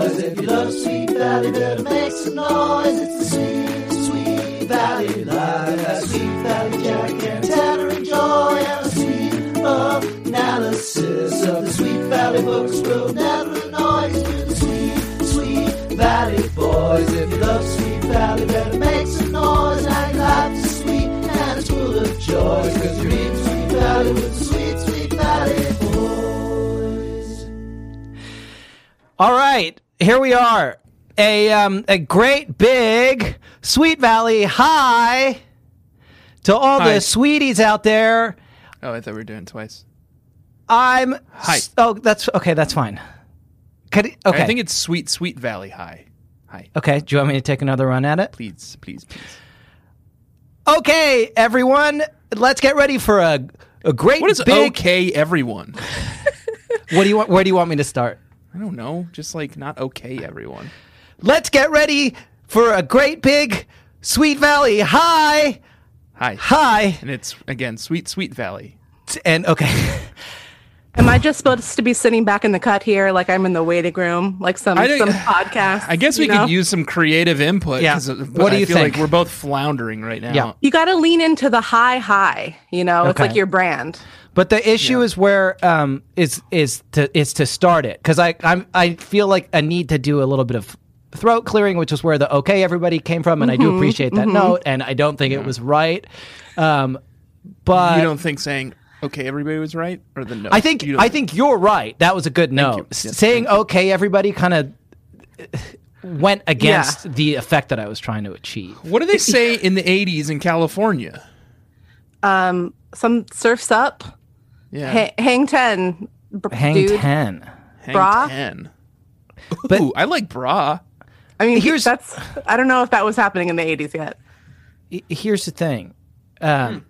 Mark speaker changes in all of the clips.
Speaker 1: a sweet valley that makes some noise. It's the sweet, sweet valley life. A sweet valley Jack and Tanner enjoy. And a sweet analysis of the sweet valley books will never annoy. you. We're the sweet, sweet valley boys. If you love sweet valley, better make some noise. Now your life is sweet and it's full of joy. Cause you're in sweet valley with the sweet, sweet valley boys.
Speaker 2: All right, here we are. A um, a great big Sweet Valley hi to all
Speaker 3: Hi.
Speaker 2: the sweeties out there.
Speaker 3: Oh, I thought we were doing it twice.
Speaker 2: I'm
Speaker 3: Hi.
Speaker 2: Oh, that's okay. That's fine. Could, okay.
Speaker 3: I think it's Sweet Sweet Valley High. Hi.
Speaker 2: okay. Do you want me to take another run at it?
Speaker 3: Please, please, please.
Speaker 2: Okay, everyone, let's get ready for a a great
Speaker 3: What is
Speaker 2: big.
Speaker 3: okay, everyone?
Speaker 2: What do you want? Where do you want me to start?
Speaker 3: I don't know. Just like not okay, everyone.
Speaker 2: Let's get ready for a great big Sweet Valley hi
Speaker 3: Hi.
Speaker 2: hi
Speaker 3: And it's again Sweet Sweet Valley.
Speaker 2: and okay.
Speaker 4: Am I just supposed to be sitting back in the cut here, like I'm in the waiting room, like some
Speaker 3: I think-
Speaker 4: some podcast?
Speaker 3: I guess we
Speaker 4: you know?
Speaker 3: could use some creative input.
Speaker 2: Yeah.
Speaker 3: 'cause, uh,
Speaker 2: What do
Speaker 3: I
Speaker 2: you
Speaker 3: feel
Speaker 2: think?
Speaker 3: Like we're both floundering right now.
Speaker 2: Yeah.
Speaker 4: You got to lean into the high, high. You know, it's
Speaker 2: Okay.
Speaker 4: like your brand.
Speaker 2: But the issue is where um is is to is to start it because I I'm I feel like I need to do a little bit of throat clearing, which is where the okay everybody came from, and
Speaker 3: Mm-hmm,
Speaker 2: I do appreciate that note, and I don't think it was right. Um, but
Speaker 3: You don't think saying okay, everybody was right, or the no?
Speaker 2: I think
Speaker 3: you don't
Speaker 2: I think you're right. That was a good note. S- Saying okay everybody kind of went against the effect that I was trying to achieve.
Speaker 3: What do they say in the '80s in California?
Speaker 4: Um, some surfs up,
Speaker 3: Yeah.
Speaker 4: ha- hang ten, br-
Speaker 2: Hang
Speaker 4: dude.
Speaker 2: ten.
Speaker 3: Hang
Speaker 4: bra?
Speaker 3: 10.
Speaker 2: But-
Speaker 3: Ooh, I like bra.
Speaker 4: I mean,
Speaker 2: Here's-
Speaker 4: here's that's. I don't know if that was happening in the '80s yet.
Speaker 2: I- Here's the thing. Um,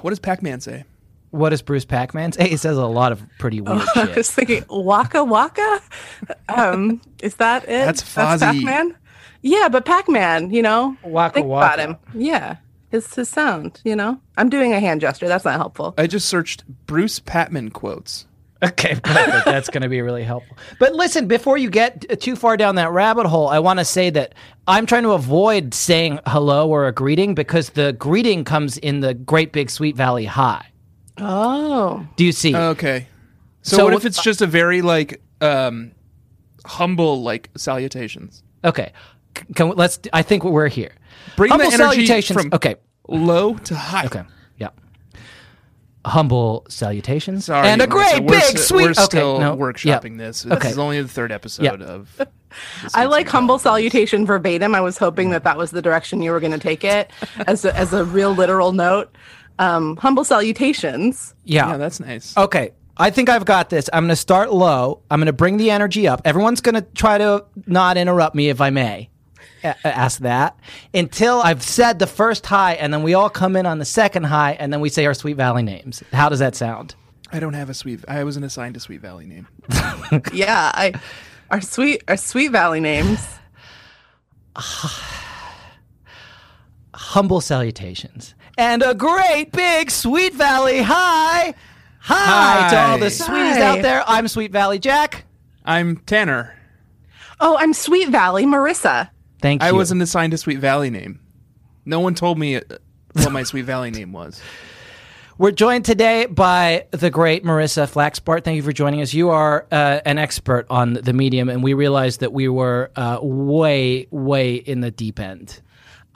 Speaker 3: What does Pac-Man say?
Speaker 2: What does Bruce Pac-Man say? He says a lot of pretty weird
Speaker 4: I
Speaker 2: shit.
Speaker 4: was thinking Waka Waka. Um, is that it?
Speaker 3: That's Fozzie.
Speaker 4: Pac-Man. Yeah, but Pac-Man. You know,
Speaker 2: Waka
Speaker 4: think
Speaker 2: Waka.
Speaker 4: about him. Yeah, his his sound. You know, I'm doing a hand gesture. That's not helpful.
Speaker 3: I just searched Bruce Patman quotes.
Speaker 2: Okay, perfect. That's going to be really helpful. But listen, before you get t- too far down that rabbit hole, I want to say that I'm trying to avoid saying hello or a greeting because the greeting comes in the Great Big Sweet Valley High.
Speaker 3: Uh,
Speaker 4: Oh,
Speaker 2: Do you see?
Speaker 3: Okay. So,
Speaker 2: So
Speaker 3: what if
Speaker 2: what-
Speaker 3: it's just a very like um humble like salutations?
Speaker 2: okay, C- can we, let's. I think we're here.
Speaker 3: Bring
Speaker 2: Humble
Speaker 3: the energy
Speaker 2: salutations.
Speaker 3: from
Speaker 2: okay,
Speaker 3: low to high.
Speaker 2: okay, yeah. Humble salutations
Speaker 3: Sorry,
Speaker 2: and a
Speaker 3: Melissa,
Speaker 2: great
Speaker 3: we're
Speaker 2: big
Speaker 3: s-
Speaker 2: sweet.
Speaker 3: We're still
Speaker 2: okay, no, yeah.
Speaker 3: workshopping this. This
Speaker 2: Okay.
Speaker 3: is only the third episode of.
Speaker 4: I like humble salutation verbatim. I was hoping that that was the direction you were going to take it as a, as a real literal note. Um, humble salutations.
Speaker 3: Yeah, that's nice.
Speaker 2: Okay. I think I've got this. I'm going to start low. I'm going to bring the energy up. Everyone's going to try to not interrupt me if I may. A- a- ask that until I've said the first high, and then we all come in on the second high, and then we say our Sweet Valley names. How does that sound?
Speaker 3: I don't have a sweet. I wasn't assigned a Sweet Valley name.
Speaker 4: Yeah, I our sweet our sweet valley names.
Speaker 2: Humble salutations and a great big Sweet Valley high. Hi, to all the
Speaker 3: Hi.
Speaker 2: sweeties
Speaker 4: Hi.
Speaker 2: out there. I'm Sweet Valley Jack.
Speaker 3: I'm Tanner.
Speaker 4: Oh, I'm Sweet Valley Marissa.
Speaker 2: Thank you.
Speaker 3: I wasn't assigned a Sweet Valley name. No one told me uh, what my Sweet Valley name was.
Speaker 2: We're joined today by the great Marissa Flaxbart. Thank you for joining us. You are uh, an expert on the medium, and we realized that we were uh, way, way in the deep end.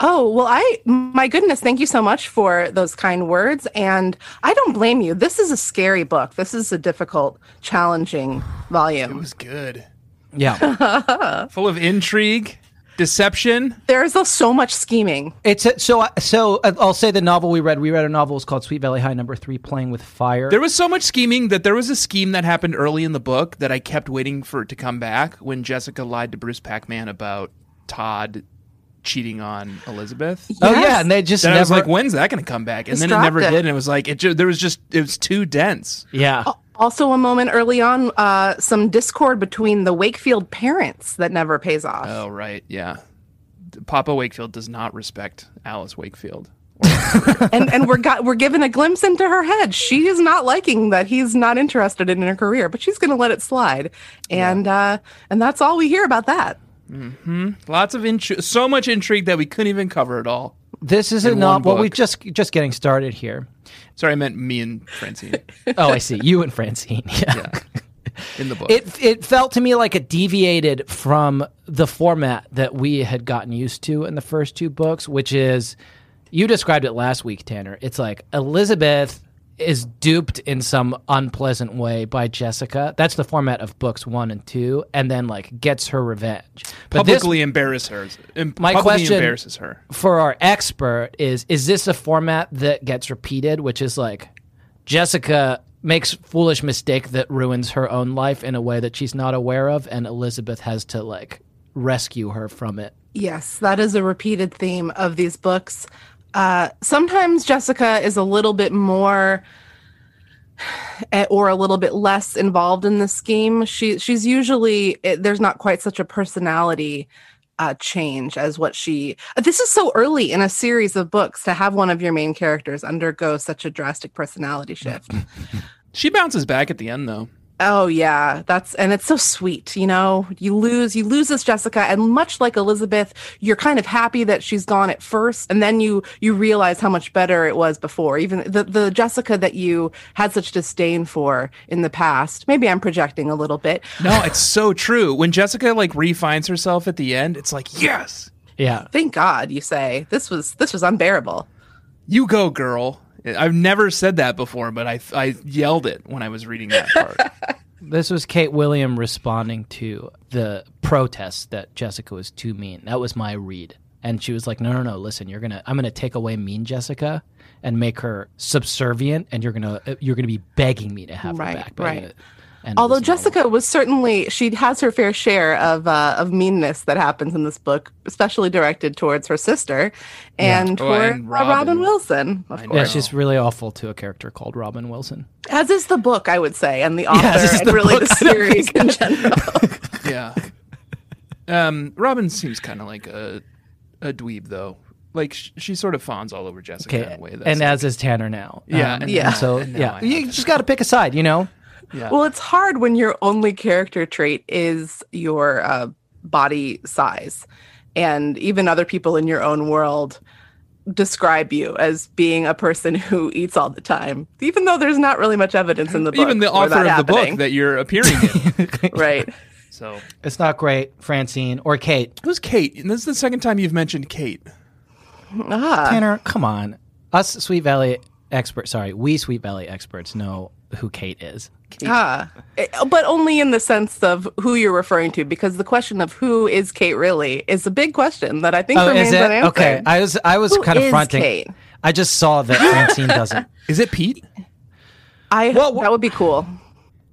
Speaker 4: Oh, well, I, my goodness, thank you so much for those kind words. And I don't blame you. This is a scary book. This is a difficult, challenging
Speaker 3: It
Speaker 4: volume.
Speaker 3: was good.
Speaker 2: Yeah,
Speaker 3: Full of intrigue, deception.
Speaker 4: There is so much scheming.
Speaker 2: it's a, so. I- So I- I'll say the novel we read. We read a novel it was called Sweet Valley High, number three, Playing with Fire.
Speaker 3: There was so much scheming that there was a scheme that happened early in the book that I kept waiting for it to come back when Jessica lied to Bruce Pac-Man about Todd cheating on Elizabeth.
Speaker 2: oh
Speaker 4: Yes.
Speaker 2: yeah, and they just
Speaker 3: And I was
Speaker 2: never.
Speaker 3: like, when's that going to come back? And
Speaker 4: Just
Speaker 3: then it
Speaker 4: dropped
Speaker 3: never
Speaker 4: it.
Speaker 3: did. And it was like, it ju- there was just, it was too dense.
Speaker 2: yeah,
Speaker 3: Oh.
Speaker 4: Also, a moment early on, uh, some discord between the Wakefield parents that never pays off.
Speaker 3: Oh, right. Yeah. Papa Wakefield does not respect Alice Wakefield
Speaker 4: and and we're got we're given a glimpse into her head. She is not liking that he's not interested in her career, but she's going to let it slide. And uh, and that's all we hear about that.
Speaker 3: Lots of intri- so much intrigue that we couldn't even cover it all.
Speaker 2: This is
Speaker 3: In
Speaker 2: not
Speaker 3: one
Speaker 2: well. We
Speaker 3: book.
Speaker 2: just just getting started here.
Speaker 3: Sorry, I meant me and Francine
Speaker 2: Oh, I see. You and Francine. yeah.
Speaker 3: in the book.
Speaker 2: It it felt to me like it deviated from the format that we had gotten used to in the first two books, which is you described it last week, Tanner. It's like Elizabeth is duped in some unpleasant way by Jessica. That's the format of books 1 and 2 and then like gets her revenge. But this-
Speaker 3: publicly embarrass her. Em-
Speaker 2: My
Speaker 3: publicly
Speaker 2: question-
Speaker 3: embarrasses her.
Speaker 2: for our expert is is this a format that gets repeated which is like jessica makes foolish mistake that ruins her own life in a way that she's not aware of and elizabeth has to like rescue her from it
Speaker 4: Yes, that is a repeated theme of these books. Uh, sometimes Jessica is a little bit more eh, or a little bit less involved in the scheme. She she's usually it, there's not quite such a personality uh, change as what she. This is so early in a series of books to have one of your main characters undergo such a drastic personality shift.
Speaker 3: She bounces back at the end though.
Speaker 4: Oh yeah, that's and it's so sweet, you know. You lose you lose this Jessica and much like Elizabeth, you're kind of happy that she's gone at first and then you you realize how much better it was before. Even the the Jessica that you had such disdain for in the past. Maybe I'm projecting a little bit.
Speaker 3: No, it's so true. When Jessica like refines herself at the end, it's like, yes,
Speaker 2: yeah
Speaker 4: Thank God, you say. This was this was unbearable.
Speaker 3: you go, girl. I've never said that before, but I I yelled it when I was reading that part.
Speaker 2: this was kate william responding to the protest that jessica was too mean that was my read and she was like no no no listen you're gonna i'm gonna take away mean jessica and make her subservient and you're gonna you're gonna be begging me to have
Speaker 4: Right,
Speaker 2: her back but I'm
Speaker 4: right.
Speaker 2: gonna end
Speaker 4: Although
Speaker 2: this novel."
Speaker 4: Jessica was certainly, she has her fair share of uh, of meanness that happens in this book, especially directed towards her sister and
Speaker 3: Oh,
Speaker 4: toward
Speaker 3: and
Speaker 4: uh,
Speaker 3: Robin.
Speaker 4: Robin. Wilson, of
Speaker 3: know.
Speaker 2: Yeah,
Speaker 4: course.
Speaker 2: she's really awful to a character called Robin Wilson.
Speaker 4: As is the book, I would say, and the author,
Speaker 2: as is
Speaker 4: and
Speaker 2: the
Speaker 4: really
Speaker 2: book,
Speaker 4: the
Speaker 2: I don't
Speaker 4: series in general.
Speaker 3: yeah. Um, Robin seems kind of like a a dweeb though. Like sh- she sort of fawns all over Jessica in a way. That's
Speaker 2: and as is Tanner now. Um,
Speaker 3: Yeah, and-
Speaker 4: Yeah.
Speaker 2: So
Speaker 3: and now
Speaker 2: yeah,
Speaker 3: I
Speaker 2: you
Speaker 3: have
Speaker 2: just got to pick a side, you know.
Speaker 3: yeah.
Speaker 4: Well, it's hard when your only character trait is your uh, body size, and even other people in your own world describe you as being a person who eats all the time, even though there's not really much evidence in the book.
Speaker 3: even the
Speaker 4: for
Speaker 3: author of
Speaker 4: that
Speaker 3: the
Speaker 4: happening.
Speaker 3: book that you're appearing in.
Speaker 4: right?
Speaker 3: so
Speaker 2: It's not great, Francine or Kate.
Speaker 3: who's Kate? And this is the second time you've mentioned Kate.
Speaker 4: Ah,
Speaker 2: Tanner, come on. Us Sweet Valley experts, sorry, we Sweet Valley experts know who Kate is.
Speaker 4: ah. It- but only in the sense of who you're referring to, because the question of who is Kate really is a big question that I think
Speaker 2: Oh,
Speaker 4: remains
Speaker 2: is it?
Speaker 4: unanswered.
Speaker 2: Okay, I was I was
Speaker 4: Who
Speaker 2: kind of
Speaker 4: is
Speaker 2: fronting.
Speaker 4: Kate?
Speaker 2: I just saw that Francine doesn't.
Speaker 3: Is it Pete?
Speaker 4: I
Speaker 2: Well, wh-
Speaker 4: that would be cool.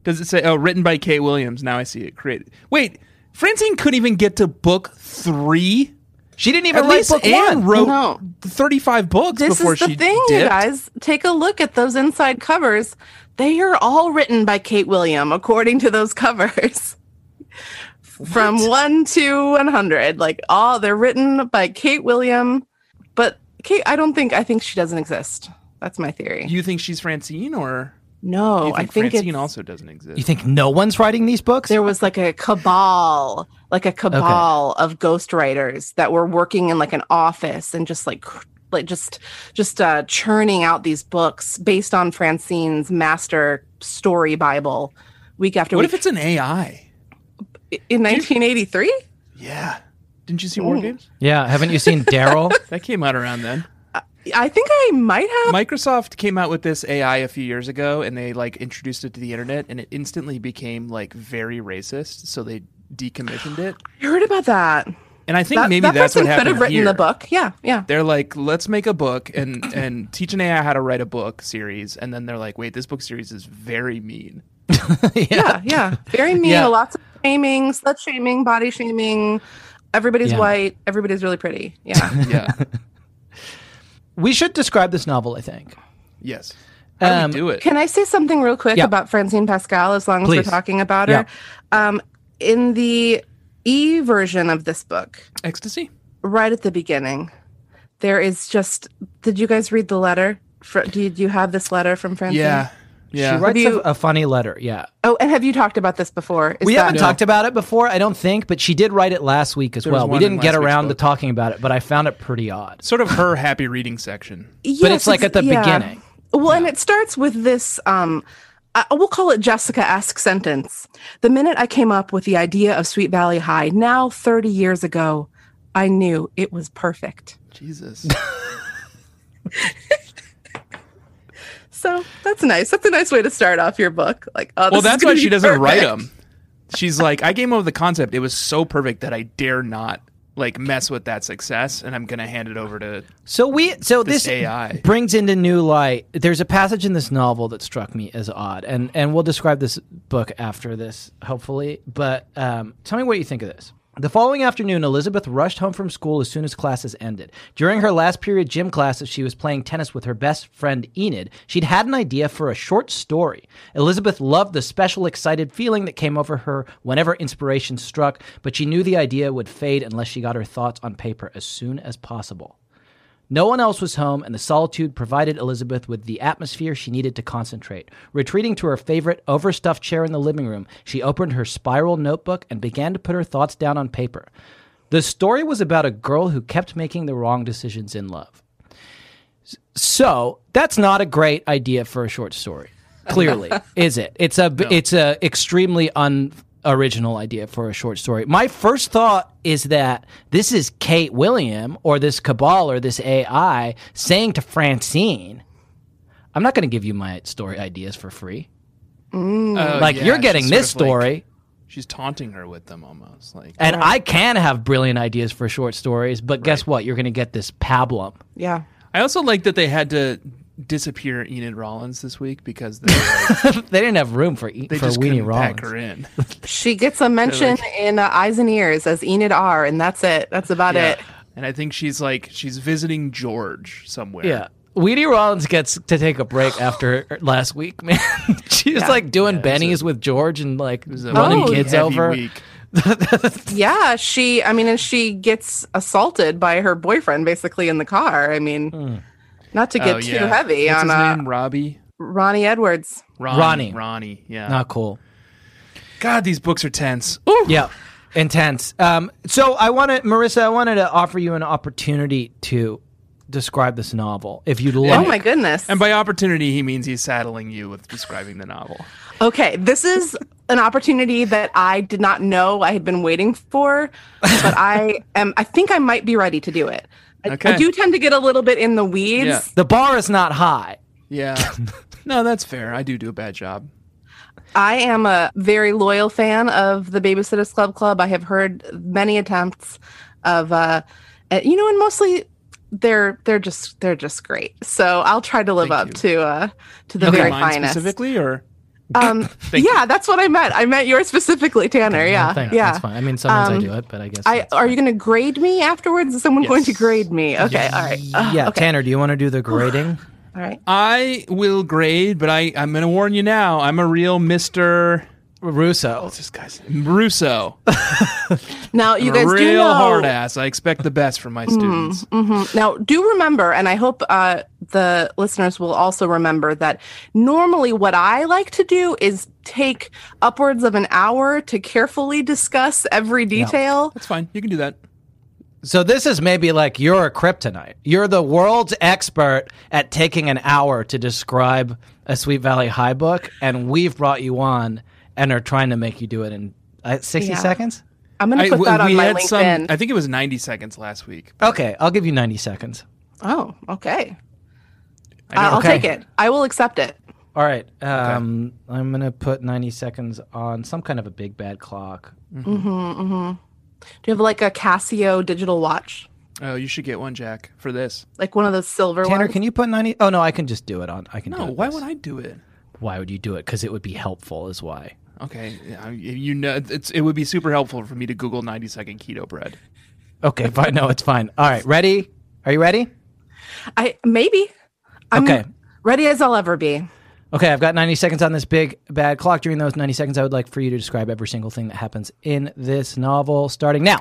Speaker 3: Does it say? Oh, written by Kate Williams. Now I see it. Created. Wait, Francine couldn't even get to book three.
Speaker 2: She didn't even
Speaker 3: At
Speaker 2: write
Speaker 3: least
Speaker 2: book
Speaker 3: Anne
Speaker 2: one.
Speaker 3: wrote
Speaker 4: No.
Speaker 3: thirty-five books
Speaker 4: This
Speaker 3: before
Speaker 4: is the
Speaker 3: she
Speaker 4: thing,
Speaker 3: dipped.
Speaker 4: you guys. Take a look at those inside covers. They are all written by Kate William, according to those covers. From one to one hundred, like all they're written by Kate William, but Kate, I don't think I think she doesn't exist. That's my theory.
Speaker 3: You think she's Francine, or
Speaker 4: no,
Speaker 3: you think
Speaker 4: Oh, I think
Speaker 3: Francine
Speaker 4: it's,
Speaker 3: also doesn't exist?
Speaker 2: You think no one's writing these books?
Speaker 4: there was like a cabal like a cabal of ghostwriters that were working in like an office and just like cr- like just just uh churning out these books based on francine's master story bible week after
Speaker 3: what
Speaker 4: week
Speaker 3: if it's an AI?
Speaker 4: in 1983
Speaker 3: Yeah. Didn't you see War Games?
Speaker 2: Yeah, haven't you seen Daryl?
Speaker 3: That came out around then.
Speaker 4: i think i might have
Speaker 3: Microsoft came out with this AI a few years ago, and they like introduced it to the internet, and it instantly became like very racist. So they decommissioned it,
Speaker 4: heard about that
Speaker 3: and I think
Speaker 4: that,
Speaker 3: maybe
Speaker 4: that
Speaker 3: that's
Speaker 4: person
Speaker 3: what happened
Speaker 4: could have written
Speaker 3: here.
Speaker 4: the book yeah yeah
Speaker 3: They're like, let's make a book and and teach an AI how to write a book series, and then they're like, wait, this book series is very mean.
Speaker 4: yeah, yeah. Very mean.
Speaker 2: Yeah.
Speaker 4: Lots of shaming, slut shaming, body shaming. Everybody's
Speaker 2: Yeah.
Speaker 4: white. Everybody's really pretty. Yeah.
Speaker 3: Yeah.
Speaker 2: we should describe this novel, I think.
Speaker 3: yes. How
Speaker 2: Um,
Speaker 3: do we do it?
Speaker 4: Can I say something real quick
Speaker 2: Yeah.
Speaker 4: about Francine Pascal as long as
Speaker 2: Please.
Speaker 4: we're talking about her? Um, in the E version of this book,
Speaker 3: Ecstasy.
Speaker 4: right at the beginning, there is just. Did you guys read the letter? Fr did you have this letter from Francine?
Speaker 3: Yeah. Yeah.
Speaker 2: She writes
Speaker 4: you-
Speaker 2: a, a funny letter. Yeah.
Speaker 4: Oh, and have you talked about this before? Is
Speaker 2: we
Speaker 4: that-
Speaker 2: haven't talked about it before, I don't think, but she did write it last week as
Speaker 3: was
Speaker 2: well. We
Speaker 3: one in
Speaker 2: didn't get
Speaker 3: last week's
Speaker 2: around to
Speaker 3: book.
Speaker 2: talking about it, but I found it pretty odd.
Speaker 3: sort of her happy reading section.
Speaker 2: But it's, like, at the
Speaker 4: yeah.
Speaker 2: beginning.
Speaker 4: Well, and it starts with this. Um, I we'll call it Jessica-esque sentence. The minute I came up with the idea of Sweet Valley High, now 30 years ago, I knew it was perfect.
Speaker 3: Jesus.
Speaker 4: So that's nice. That's a nice way to start off your book. Like,
Speaker 3: well,
Speaker 4: oh, this is
Speaker 3: that's
Speaker 4: gonna
Speaker 3: why she
Speaker 4: be
Speaker 3: doesn't 'em. write
Speaker 4: perfect.
Speaker 3: them. She's like, I came up with the concept. It was so perfect that I dare not like mess with that success, and I'm gonna hand it over to.
Speaker 2: So we so this,
Speaker 3: This AI.
Speaker 2: brings into new light. There's a passage in this novel that struck me as odd, and and we'll describe this book after this, hopefully. But um, tell me what you think of this. The following afternoon, Elizabeth rushed home from school as soon as classes ended. During her last period gym class, as she was playing tennis with her best friend Enid, she'd had an idea for a short story. Elizabeth loved the special, excited feeling that came over her whenever inspiration struck, but she knew the idea would fade unless she got her thoughts on paper as soon as possible. No one else was home, and the solitude provided Elizabeth with the atmosphere she needed to concentrate. Retreating to her favorite overstuffed chair in the living room, she opened her spiral notebook and began to put her thoughts down on paper. The story was about a girl who kept making the wrong decisions in love. S- So that's not a great idea for a short story. Clearly, is it? It's a it's a extremely unoriginal idea for a short story. My first thought is that this is Kate William or this Cabal or this AI saying to Francine, "I'm not going to give you my story ideas for free.
Speaker 3: Oh,
Speaker 2: Like
Speaker 3: yeah,
Speaker 2: you're
Speaker 3: she's
Speaker 2: getting
Speaker 3: sort
Speaker 2: this
Speaker 3: of, like-
Speaker 2: story."
Speaker 3: she's taunting her with them almost. Like
Speaker 2: and I can have brilliant ideas for short stories, but guess what? You're going to get this pablum.
Speaker 4: Yeah.
Speaker 3: I also like that they had to disappear Enid Rollins this week because they, like,
Speaker 2: they didn't have room for e-
Speaker 3: they
Speaker 2: for
Speaker 3: just
Speaker 2: Weenie
Speaker 3: couldn't
Speaker 2: Rollins.
Speaker 3: pack her in.
Speaker 4: She gets a mention in uh, Eyes and Ears as Enid R, and that's it. That's about it.
Speaker 3: And I think she's like she's visiting George somewhere.
Speaker 2: Yeah. Weenie Rollins gets to take a break after last week, man. she was like doing Benny's with George and like
Speaker 3: It was a
Speaker 2: running
Speaker 4: really
Speaker 2: kids
Speaker 3: heavy
Speaker 2: Oh, over.
Speaker 3: week.
Speaker 4: Yeah, she. I mean, and she gets assaulted by her boyfriend basically in the car. I mean, not to get
Speaker 3: Hmm. Oh,
Speaker 4: too
Speaker 3: yeah.
Speaker 4: heavy
Speaker 3: What's
Speaker 4: on
Speaker 3: his
Speaker 4: uh,
Speaker 3: name? Robbie.
Speaker 4: Ronnie Edwards.
Speaker 3: Ronnie.
Speaker 2: Ronnie.
Speaker 3: Ronnie. Yeah.
Speaker 2: Not cool.
Speaker 3: God, these books are tense. Ooh.
Speaker 2: Yeah. Intense. Um, so I wanted, Marissa, I wanted to offer you an opportunity to describe this novel if you'd like.
Speaker 4: Oh my goodness.
Speaker 3: And by opportunity, he means he's saddling you with describing the novel.
Speaker 4: Okay, this is an opportunity that I did not know I had been waiting for, but I am. I think I might be ready to do it. I, I
Speaker 3: Okay.
Speaker 4: do tend to get a little bit in the weeds.
Speaker 3: Yeah.
Speaker 2: The bar is not high.
Speaker 3: Yeah. no, that's fair. I do do a bad job.
Speaker 4: I am a very loyal fan of the Babysitters Club Club. I have heard many attempts of, uh, uh, you know, and mostly they're they're just they're just great. So I'll try to live
Speaker 3: Thank
Speaker 4: up
Speaker 3: you.
Speaker 4: to uh, to the
Speaker 3: Okay,
Speaker 4: very
Speaker 3: mine
Speaker 4: finest.
Speaker 3: specifically, or
Speaker 4: Um,
Speaker 3: Thank
Speaker 4: yeah, that's what I meant. I meant yours specifically, Tanner. Yeah,
Speaker 2: Thanks.
Speaker 4: yeah.
Speaker 2: That's fine. I mean, sometimes I
Speaker 4: Um,
Speaker 2: do it, but I guess.
Speaker 4: I
Speaker 2: that's
Speaker 4: are
Speaker 2: fine.
Speaker 4: you going to grade me afterwards? Is someone going to
Speaker 3: Yes.
Speaker 4: grade me? Okay, all right. Ugh,
Speaker 2: yeah,
Speaker 4: okay,
Speaker 2: Tanner, do you want to do the grading?
Speaker 4: all right.
Speaker 3: I will grade, but I I'm gonna warn you now. I'm a real Mister.
Speaker 2: Russo.
Speaker 3: What's this guy's name? Russo.
Speaker 4: Now you guys
Speaker 3: real
Speaker 4: do know.
Speaker 3: hard ass. I expect the best from my students.
Speaker 4: Mhm. Now do remember, and I hope uh, the listeners will also remember that normally what I like to do is take upwards of an hour to carefully discuss every detail.
Speaker 3: That's fine. You can do that.
Speaker 2: So this is maybe like you're a kryptonite. You're the world's expert at taking an hour to describe a Sweet Valley High book, and we've brought you on and are trying to make you do it in uh, 60
Speaker 4: Yeah.
Speaker 2: seconds.
Speaker 4: I'm going to
Speaker 3: w-
Speaker 4: put that on my
Speaker 3: had
Speaker 4: LinkedIn.
Speaker 3: I think it was 90 seconds last week.
Speaker 2: Okay, I'll give you 90 seconds.
Speaker 4: oh, okay. Uh,
Speaker 3: know.
Speaker 4: I'll
Speaker 2: Okay.
Speaker 4: take it. I will accept it.
Speaker 2: All right, um, I'm gonna put 90 seconds on some kind of a big bad clock.
Speaker 4: Do you have like a Casio digital watch,
Speaker 3: Oh, you should get one, Jack, for this.
Speaker 4: like one of those silver
Speaker 2: Tanner,
Speaker 4: ones?
Speaker 2: can you put 90? Oh no, I can just do it on. I can.
Speaker 3: No,
Speaker 2: do it
Speaker 3: why would I do it?
Speaker 2: Why would you do it? Because it would be helpful, is why.
Speaker 3: Okay, I- you know, it's it would be super helpful for me to Google 90 second keto bread.
Speaker 2: Okay, fine. No, it's fine. All right, ready? Are you ready?
Speaker 4: I maybe. I'm
Speaker 2: Okay.
Speaker 4: Ready as I'll ever be.
Speaker 2: Okay, I've got 90 seconds on this big bad clock. During those 90 seconds, I would like for you to describe every single thing that happens in this novel starting now.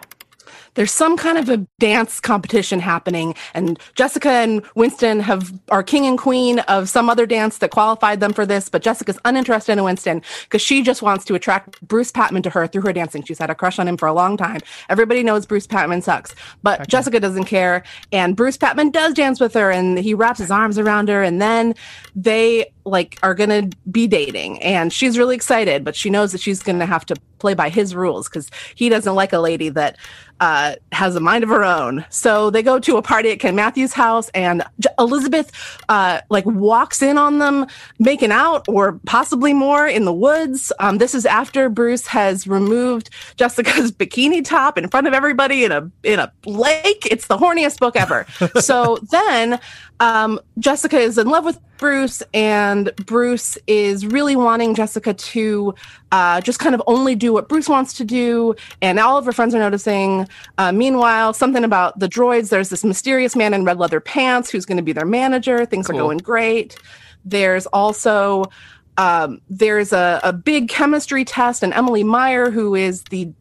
Speaker 4: there's some kind of a dance competition happening, and Jessica and Winston have are king and queen of some other dance that qualified them for this, but Jessica's uninterested in Winston because she just wants to attract Bruce Patman to her through her dancing. She's had a crush on him for a long time. Everybody knows Bruce Patman sucks, but Jessica doesn't care, and Bruce Patman does dance with her, and he wraps his arms around her, and then they like are gonna be dating and she's really excited but she knows that she's gonna have to play by his rules because he doesn't like a lady that uh, has a mind of her own so they go to a party at ken matthews house and J- elizabeth uh, like walks in on them making out or possibly more in the woods um, this is after bruce has removed jessica's bikini top in front of everybody in a in a lake it's the horniest book ever so then um, Jessica is in love with Bruce, and Bruce is really wanting Jessica to uh, just kind of only do what Bruce wants to do. And all of her friends are noticing. Uh, meanwhile, something about the droids there's this mysterious man in red leather pants who's going to be their manager. Things are
Speaker 3: Cool.
Speaker 4: going great. There's also. Um, there's a, a big chemistry test, and Emily Meyer, who is the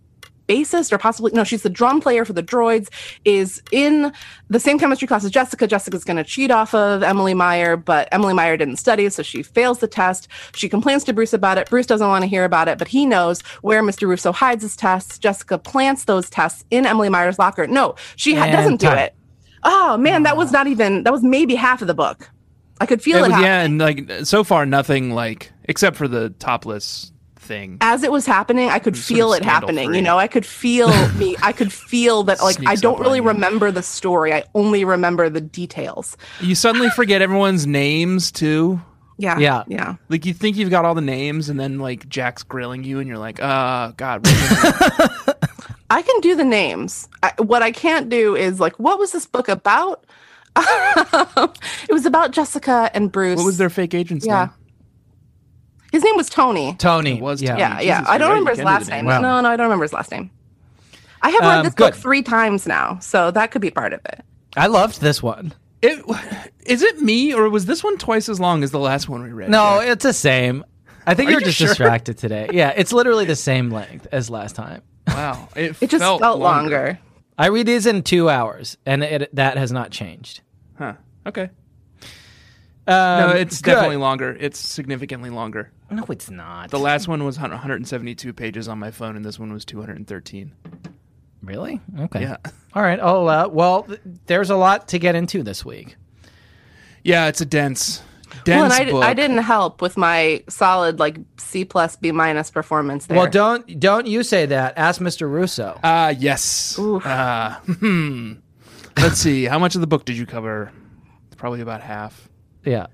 Speaker 4: bassist or possibly no she's the drum player for the droids is in the same chemistry class as jessica jessica's going to cheat off of emily meyer but emily meyer didn't study so she fails the test she complains to bruce about it bruce doesn't want to hear about it but he knows where mr russo hides his tests jessica plants those tests in emily meyer's locker no she ha-
Speaker 2: And
Speaker 4: doesn't do
Speaker 2: time.
Speaker 4: it oh man that was not even that was maybe half of the book i could feel
Speaker 3: It
Speaker 4: it,
Speaker 3: was-
Speaker 4: happening.
Speaker 3: yeah, and like so far nothing like except for the topless thing.
Speaker 4: as it was happening, I could
Speaker 3: sort of
Speaker 4: feel it
Speaker 3: scandal
Speaker 4: happening.
Speaker 3: free.
Speaker 4: You know, I could feel me. I could feel that. Like, I
Speaker 3: Sneaks up
Speaker 4: don't
Speaker 3: on
Speaker 4: really
Speaker 3: you.
Speaker 4: remember the story. I only remember the details.
Speaker 3: You suddenly forget everyone's names too.
Speaker 4: Yeah.
Speaker 2: Yeah.
Speaker 4: Yeah.
Speaker 3: Like you think you've got all the names, and then like Jack's grilling you, and you're like, "Uh, God, what's his name?"
Speaker 4: I can do the names. I, what I can't do is like, what was this book about? it was about Jessica and Bruce.
Speaker 3: what was their fake agent's
Speaker 4: Yeah.
Speaker 3: name?"
Speaker 4: His name was Tony.
Speaker 2: Tony.
Speaker 3: It was
Speaker 2: yeah.
Speaker 3: Tony.
Speaker 4: yeah.
Speaker 3: Jesus,
Speaker 4: yeah. I
Speaker 3: you're
Speaker 4: don't
Speaker 3: right, you
Speaker 4: remember
Speaker 3: can
Speaker 4: his
Speaker 3: do the
Speaker 4: last
Speaker 3: name.
Speaker 4: name.
Speaker 2: Wow.
Speaker 4: No, no, I don't remember his last name. I have read
Speaker 2: Um,
Speaker 4: this book
Speaker 2: good.
Speaker 4: three times now, so that could be part of it.
Speaker 2: I loved this one.
Speaker 3: It is it me or was this one twice as long as the last one we read?
Speaker 2: No,
Speaker 3: Jack?
Speaker 2: it's the same. I think
Speaker 3: Are
Speaker 2: you're
Speaker 3: you
Speaker 2: just
Speaker 3: sure?
Speaker 2: distracted today. Yeah, it's literally the same length as last time.
Speaker 3: wow, it,
Speaker 4: It just
Speaker 3: felt,
Speaker 4: felt,
Speaker 3: longer.
Speaker 4: longer.
Speaker 2: I read these in two hours, and it, that has not changed.
Speaker 3: Huh? Okay,
Speaker 2: Um,
Speaker 3: no, it's
Speaker 2: good.
Speaker 3: definitely longer. It's significantly longer.
Speaker 2: no, it's not.
Speaker 3: The last one was 172 pages on my phone, and this one was 213.
Speaker 2: really? Okay.
Speaker 3: Yeah,
Speaker 2: All right. I'll allow. Well, th- there's a lot to get into this week.
Speaker 3: yeah, it's a dense, dense
Speaker 4: Well, and I,
Speaker 3: book.
Speaker 4: I didn't help with my solid like C plus B minus performance there.
Speaker 2: Well, don't don't you say that. Ask Mr. Russo.
Speaker 3: Ah, yes. Ah, hmm. Let's see. How much of the book did you cover? Probably about half.
Speaker 2: yeah.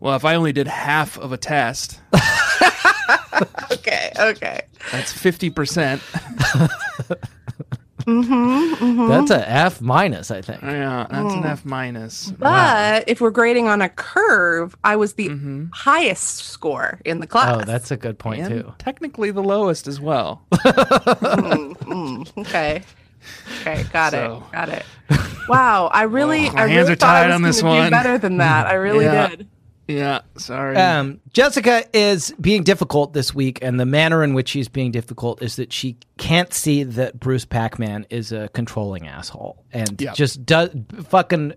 Speaker 3: Well, if I only did half of a test,
Speaker 4: okay, okay.
Speaker 3: that's 50%.
Speaker 2: That's
Speaker 3: Mm-hmm.
Speaker 2: a F minus, I think.
Speaker 3: Yeah, that's an F minus.
Speaker 4: Oh. But if we're grading on a curve, I was the
Speaker 3: Mm-hmm.
Speaker 4: highest score in the class.
Speaker 2: Oh, that's a good point
Speaker 3: And
Speaker 2: too.
Speaker 3: technically the lowest as well.
Speaker 4: Mm, okay. Okay, got
Speaker 3: So- Oh,
Speaker 4: it, got it. Wow, I really,
Speaker 3: my
Speaker 4: I
Speaker 3: hands
Speaker 4: really
Speaker 3: are
Speaker 4: thought I
Speaker 3: tied
Speaker 4: was
Speaker 3: on this
Speaker 4: gonna
Speaker 3: one.
Speaker 4: do better than that. I really
Speaker 3: Yeah.
Speaker 4: did.
Speaker 3: yeah, sorry.
Speaker 4: Ah,
Speaker 2: Um, Jessica is being difficult this week, and the manner in which she's being difficult is that she can't see that Bruce Pac-Man is a controlling asshole and
Speaker 3: Yeah.
Speaker 2: just does fucking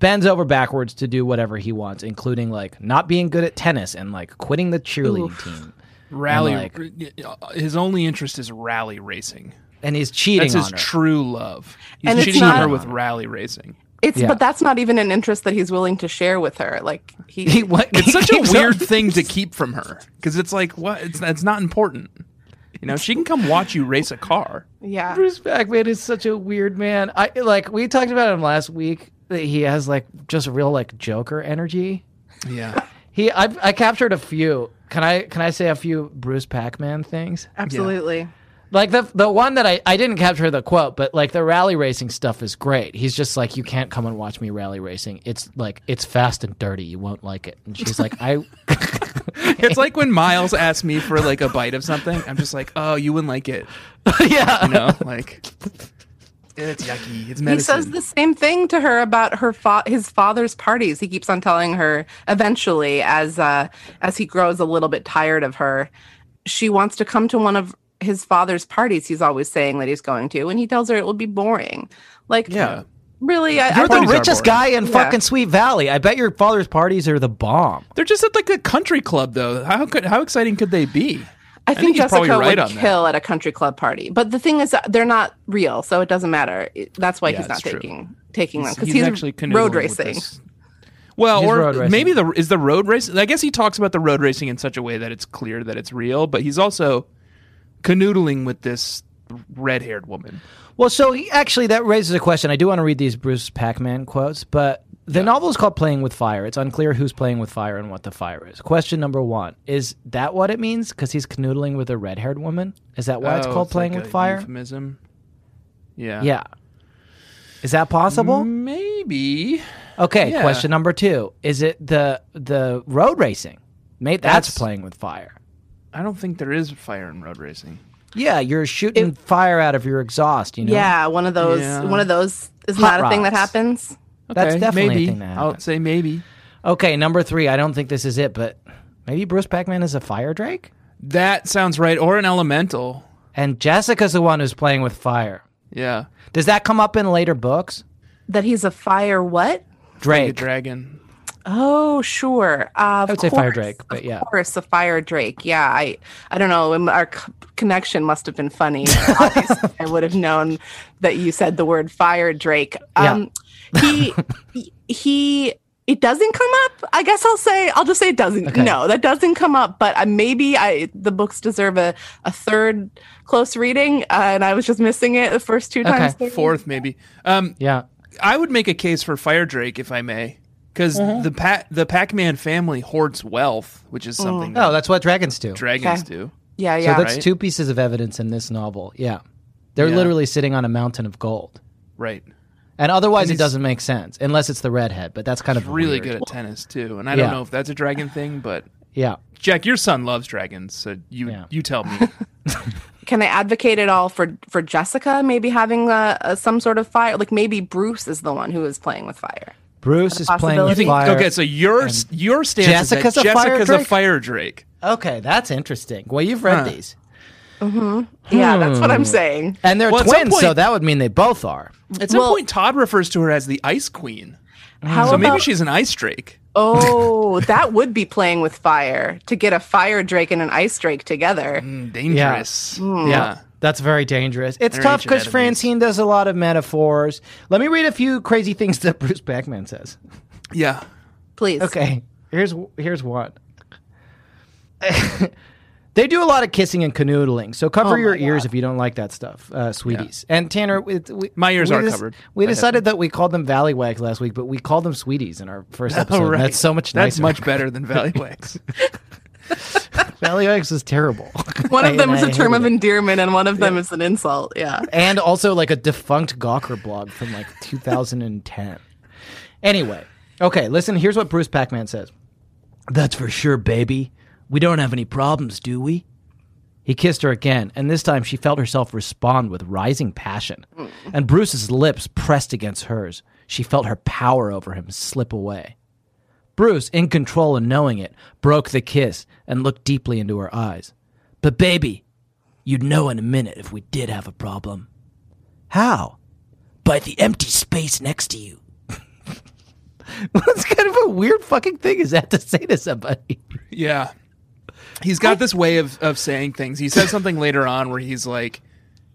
Speaker 2: bends over backwards to do whatever he wants, including like not being good at tennis and like quitting the cheerleading team.
Speaker 3: rally.
Speaker 2: and,
Speaker 3: uh, his only interest is rally racing.
Speaker 2: And he's cheating
Speaker 3: That's his
Speaker 2: on her.
Speaker 3: true love. He's
Speaker 4: And it's
Speaker 3: cheating on
Speaker 4: not-
Speaker 3: her with rally racing.
Speaker 4: It's
Speaker 2: Yeah.
Speaker 4: but that's not even an interest that he's willing to share with her. Like he,
Speaker 2: He wa-
Speaker 3: It's
Speaker 2: he
Speaker 3: such a
Speaker 2: keeps on-
Speaker 3: weird thing to keep from her because it's like what? It's that's not important. You know, she can come watch you race a car.
Speaker 4: yeah.
Speaker 2: Bruce Pac-Man is such a weird man. I like we talked about him last week that he has like just real like Joker energy.
Speaker 3: Yeah.
Speaker 2: He I've, I captured a few. Can I can I say a few Bruce Pac-Man things?
Speaker 4: Absolutely.
Speaker 2: Like the the one that I I didn't capture the quote, but like the rally racing stuff is great. He's just like you can't come and watch me rally racing. It's like it's fast and dirty. You won't like it. And she's like I
Speaker 3: It's like when Miles asked me for like a bite of something. I'm just like, oh, you wouldn't like it.
Speaker 2: yeah.
Speaker 3: You know, like it's yucky. It's
Speaker 4: He says
Speaker 3: medicine.
Speaker 4: the same thing to her about her fa- his father's parties. He keeps on telling her eventually as uh as he grows a little bit tired of her, she wants to come to one of his father's parties he's always saying that he's going to, and he tells her it will be boring. Like,
Speaker 3: Yeah.
Speaker 4: really, I,
Speaker 2: You're
Speaker 4: I think
Speaker 2: the
Speaker 3: Parties are
Speaker 2: richest
Speaker 3: boring.
Speaker 2: guy in
Speaker 4: Yeah.
Speaker 2: fucking Sweet Valley. I bet your father's parties are the bomb.
Speaker 3: They're just at like a country club though. How could how exciting could they be?
Speaker 4: I think,
Speaker 3: think he's probably
Speaker 4: Jessica
Speaker 3: right
Speaker 4: would
Speaker 3: on that.
Speaker 4: kill at a country club party. But the thing is, that they're not real, so it doesn't matter. It- That's why
Speaker 3: Yeah,
Speaker 4: he's not
Speaker 3: it's true.
Speaker 4: taking taking them because he's,
Speaker 3: he's actually canoodling
Speaker 4: road
Speaker 3: with
Speaker 4: racing.
Speaker 3: this. Well,
Speaker 2: He's
Speaker 3: or
Speaker 2: road racing.
Speaker 3: maybe the is the road race. I guess he talks about the road racing in such a way that it's clear that it's real, but he's also canoodling with this red-haired woman.
Speaker 2: Well, so he, actually, that raises a question. I do want to read these Bruce Pac-Man quotes, but the novel is called "Playing with Fire." It's unclear who's playing with fire and what the fire is. Question number one: Is that what it means? Because he's canoodling with a red-haired woman. Is that why it's
Speaker 3: Oh,
Speaker 2: called "Playing
Speaker 3: like
Speaker 2: with
Speaker 3: a
Speaker 2: Fire"?
Speaker 3: Euphemism. Yeah.
Speaker 2: Yeah. Is that possible?
Speaker 3: Maybe.
Speaker 2: Okay.
Speaker 3: Mm, yeah.
Speaker 2: Question number two: Is it the the road racing? Mate, that's,
Speaker 3: That's-
Speaker 2: playing with fire.
Speaker 3: I don't think there is fire in road racing.
Speaker 2: Yeah, you're shooting fire out of your exhaust. You know.
Speaker 4: Yeah, one of those.
Speaker 3: Yeah.
Speaker 4: One of those. Isn't
Speaker 2: Hot
Speaker 4: that a thing that
Speaker 2: rods.
Speaker 4: happens?
Speaker 2: That's definitely a
Speaker 3: maybe.
Speaker 2: thing that
Speaker 3: I'll
Speaker 2: happened.
Speaker 3: say maybe.
Speaker 2: Okay. Number three. I don't think this is it, but maybe Bruce Pac-Man is a fire drake.
Speaker 3: That sounds right. Or an elemental.
Speaker 2: And Jessica's the one who's playing with fire.
Speaker 3: Yeah.
Speaker 2: Does that come up in later books?
Speaker 4: That he's a fire what?
Speaker 3: Like a
Speaker 2: Drake.
Speaker 3: dragon.
Speaker 4: Oh, sure. Of
Speaker 2: would say fire
Speaker 4: course,
Speaker 2: drake, but yeah.
Speaker 4: Of course, a fire drake. Yeah, I I don't know. um, Our c- connection must have been funny. Obviously, I would have known that you said the word fire drake. Um he he- he it doesn't come up. I guess I'll say I'll just say it doesn't.
Speaker 2: Okay.
Speaker 4: No, that doesn't come up, but I, maybe I the books deserve a, a third close reading uh, and I was just missing it the first two
Speaker 2: Okay.
Speaker 4: times.
Speaker 3: Fourth maybe. Um
Speaker 2: Yeah.
Speaker 3: I would make a case for Fire Drake if I may, because
Speaker 2: Mm-hmm.
Speaker 3: the pa- the Pac Man family hoards wealth, which is something that
Speaker 2: Oh, that's what dragons do.
Speaker 3: dragons
Speaker 4: Okay.
Speaker 3: do.
Speaker 4: Yeah,
Speaker 2: so
Speaker 4: yeah.
Speaker 2: that's
Speaker 3: right?
Speaker 2: two pieces of evidence in this novel. Yeah. They're
Speaker 3: Yeah.
Speaker 2: literally sitting on a mountain of gold.
Speaker 3: Right.
Speaker 2: And otherwise, it
Speaker 3: he's-
Speaker 2: doesn't make sense unless it's the redhead, but that's kind of
Speaker 3: Really
Speaker 2: weird.
Speaker 3: good at tennis too, and I
Speaker 2: Yeah.
Speaker 3: don't know if that's a dragon thing, but
Speaker 2: Yeah.
Speaker 3: Jack, your son loves dragons, so you
Speaker 2: Yeah.
Speaker 3: you tell me.
Speaker 4: can I advocate at all for for Jessica maybe having a, a, some sort of fire? Like maybe Bruce is the one who is playing with fire.
Speaker 2: Bruce is playing with
Speaker 4: possibility. You think-
Speaker 2: fire.
Speaker 3: okay, so your s- your stance
Speaker 2: Jessica's
Speaker 3: is
Speaker 2: a
Speaker 3: that
Speaker 2: fire
Speaker 3: Jessica's a
Speaker 2: drake?
Speaker 3: fire drake.
Speaker 2: Okay, that's interesting. Well, you've read
Speaker 3: Huh.
Speaker 2: these.
Speaker 4: Yeah, that's what I'm saying.
Speaker 2: And they're
Speaker 3: Well, at some
Speaker 2: twins, so
Speaker 3: point-
Speaker 2: that would mean they both are.
Speaker 3: At some
Speaker 4: Well-
Speaker 3: point, Todd refers to her as the ice queen,
Speaker 4: How
Speaker 3: so
Speaker 4: about
Speaker 3: maybe she's an ice drake.
Speaker 4: oh, that would be playing with fire to get a fire drake and an ice drake together.
Speaker 3: Dangerous.
Speaker 2: Hmm.
Speaker 3: Yeah.
Speaker 2: That's very dangerous. It's
Speaker 3: They're
Speaker 2: tough
Speaker 3: ancient
Speaker 2: because
Speaker 3: enemies.
Speaker 2: Francine does a lot of metaphors. Let me read a few crazy things that Bruce Beckman says.
Speaker 3: Yeah.
Speaker 4: Please.
Speaker 2: Okay, here's here's one. they do a lot of kissing and canoodling, so
Speaker 3: Oh
Speaker 2: cover your ears if you don't like that stuff, uh, sweeties. And Tanner, we, we,
Speaker 3: My ears
Speaker 2: we
Speaker 3: are covered.
Speaker 2: We
Speaker 3: I have
Speaker 2: decided that we called them Valley Wags last week, but we called them sweeties in our first episode.
Speaker 3: All Oh, right.
Speaker 2: and That's so much
Speaker 3: That's
Speaker 2: nicer.
Speaker 3: much better than Valley Wax.
Speaker 2: Valley Wags is terrible.
Speaker 4: One of them
Speaker 2: And
Speaker 4: is a
Speaker 2: I
Speaker 4: term
Speaker 2: hated
Speaker 4: of
Speaker 2: it.
Speaker 4: endearment and one of them is an insult. Yeah.
Speaker 2: and also like a defunct Gawker blog from like 2010. Anyway, okay, listen, here's what Bruce Pac-Man says. That's for sure, baby. We don't have any problems, do we? He kissed her again, and this time she felt herself respond with rising passion. And Bruce's lips pressed against hers. She felt her power over him slip away. Bruce, in control and knowing it, broke the kiss and looked deeply into her eyes. But, baby, You'd know in a minute if we did have a problem. How? By the empty space next to you. What's kind of a weird fucking thing is that to say to somebody?
Speaker 3: Yeah. He's got this way of, of saying things. He says something later on where he's like,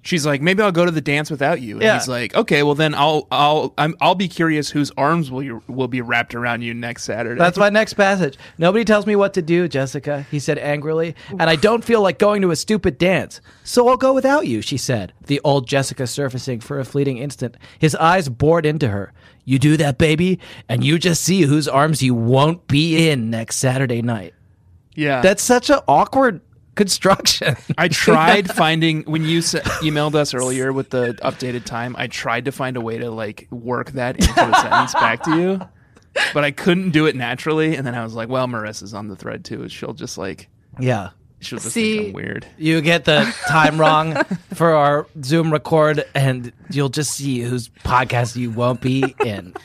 Speaker 3: she's like, maybe I'll go to the dance without you. And
Speaker 2: Yeah.
Speaker 3: he's like, okay, well then I'll, I'll, I'm, I'll be curious whose arms will you, will be wrapped around you next Saturday.
Speaker 2: That's my next passage. Nobody tells me what to do, Jessica, he said angrily, and I don't feel like going to a stupid dance. So I'll go without you, she said, the old Jessica surfacing for a fleeting instant. His eyes bored into her. You do that, baby, and you just see whose arms you won't be in next Saturday night.
Speaker 3: yeah.
Speaker 2: That's such an awkward construction.
Speaker 3: I tried finding when you s- emailed us earlier with the updated time. I tried to find a way to like work that into a sentence back to you, but I couldn't do it naturally. And then I was like, well, Marissa's on the thread too. She'll just like,
Speaker 2: yeah.
Speaker 3: she'll just
Speaker 4: See-
Speaker 3: think I'm weird.
Speaker 2: You get the time wrong for our Zoom record, and you'll just see whose podcast you won't be in.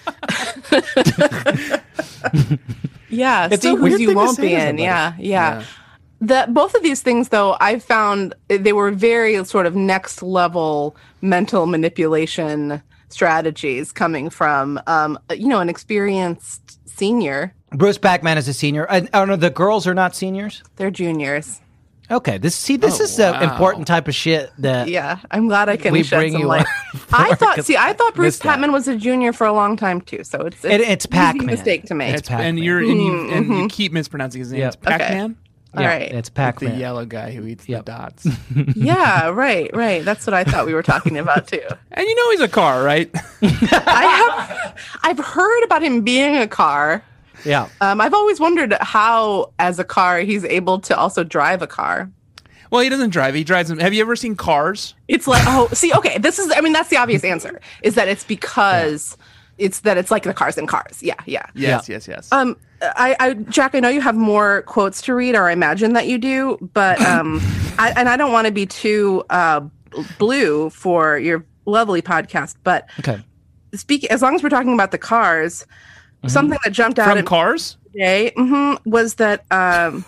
Speaker 4: Yeah.
Speaker 2: It's
Speaker 4: see
Speaker 2: a
Speaker 4: who
Speaker 2: weird thing
Speaker 4: you
Speaker 2: to
Speaker 4: won't
Speaker 2: say
Speaker 4: be
Speaker 2: to
Speaker 4: in.
Speaker 2: somebody.
Speaker 4: Yeah, yeah. the both of these things though i found they were very sort of next level mental manipulation strategies coming from um, you know an experienced senior
Speaker 2: Bruce Backman is a senior. I, I don't know. The girls are not seniors.
Speaker 4: they're juniors
Speaker 2: Okay. This see, this
Speaker 3: Oh,
Speaker 2: is an
Speaker 3: wow.
Speaker 2: important type of shit that
Speaker 4: yeah i'm glad i can
Speaker 2: We
Speaker 4: shed
Speaker 2: bring
Speaker 4: some
Speaker 2: you
Speaker 4: light
Speaker 2: on
Speaker 4: i
Speaker 2: for-
Speaker 4: thought see i thought bruce
Speaker 2: missed that.
Speaker 4: patman was a junior for a long time too so it's
Speaker 2: It- it's
Speaker 4: it's, an easy
Speaker 2: Pac-Man.
Speaker 4: mistake to make
Speaker 2: It's Pac-Man.
Speaker 3: and you're and you, and
Speaker 4: Mm-hmm.
Speaker 3: you keep mispronouncing his name.
Speaker 2: Yep.
Speaker 3: It's Pac-Man,
Speaker 4: All right.
Speaker 2: It's
Speaker 3: the
Speaker 2: Pac-Man.
Speaker 3: yellow guy who eats
Speaker 2: Yep.
Speaker 3: the dots.
Speaker 4: yeah right right that's what i thought we were talking about too
Speaker 3: and you know he's a car, right?
Speaker 4: i have i've heard about him being a car
Speaker 2: Yeah.
Speaker 4: Um, I've always wondered how, as a car, he's able to also drive a car.
Speaker 3: well, he doesn't drive. He drives them. Have you ever seen Cars?
Speaker 4: It's like, oh, see, okay, this is, I mean, that's the obvious answer is that it's because it's that it's like the cars in cars. Yeah, yeah.
Speaker 3: Yes, yes, yes.
Speaker 4: Um, I, I, Jack, I know you have more quotes to read, or I imagine that you do, but, um, I, and I don't want to be too, uh, bl- blue for your lovely podcast, but
Speaker 2: Okay.
Speaker 4: speak as long as we're talking about the cars, something that jumped out
Speaker 3: From
Speaker 4: at
Speaker 3: Cars?
Speaker 4: today mhm, was that um,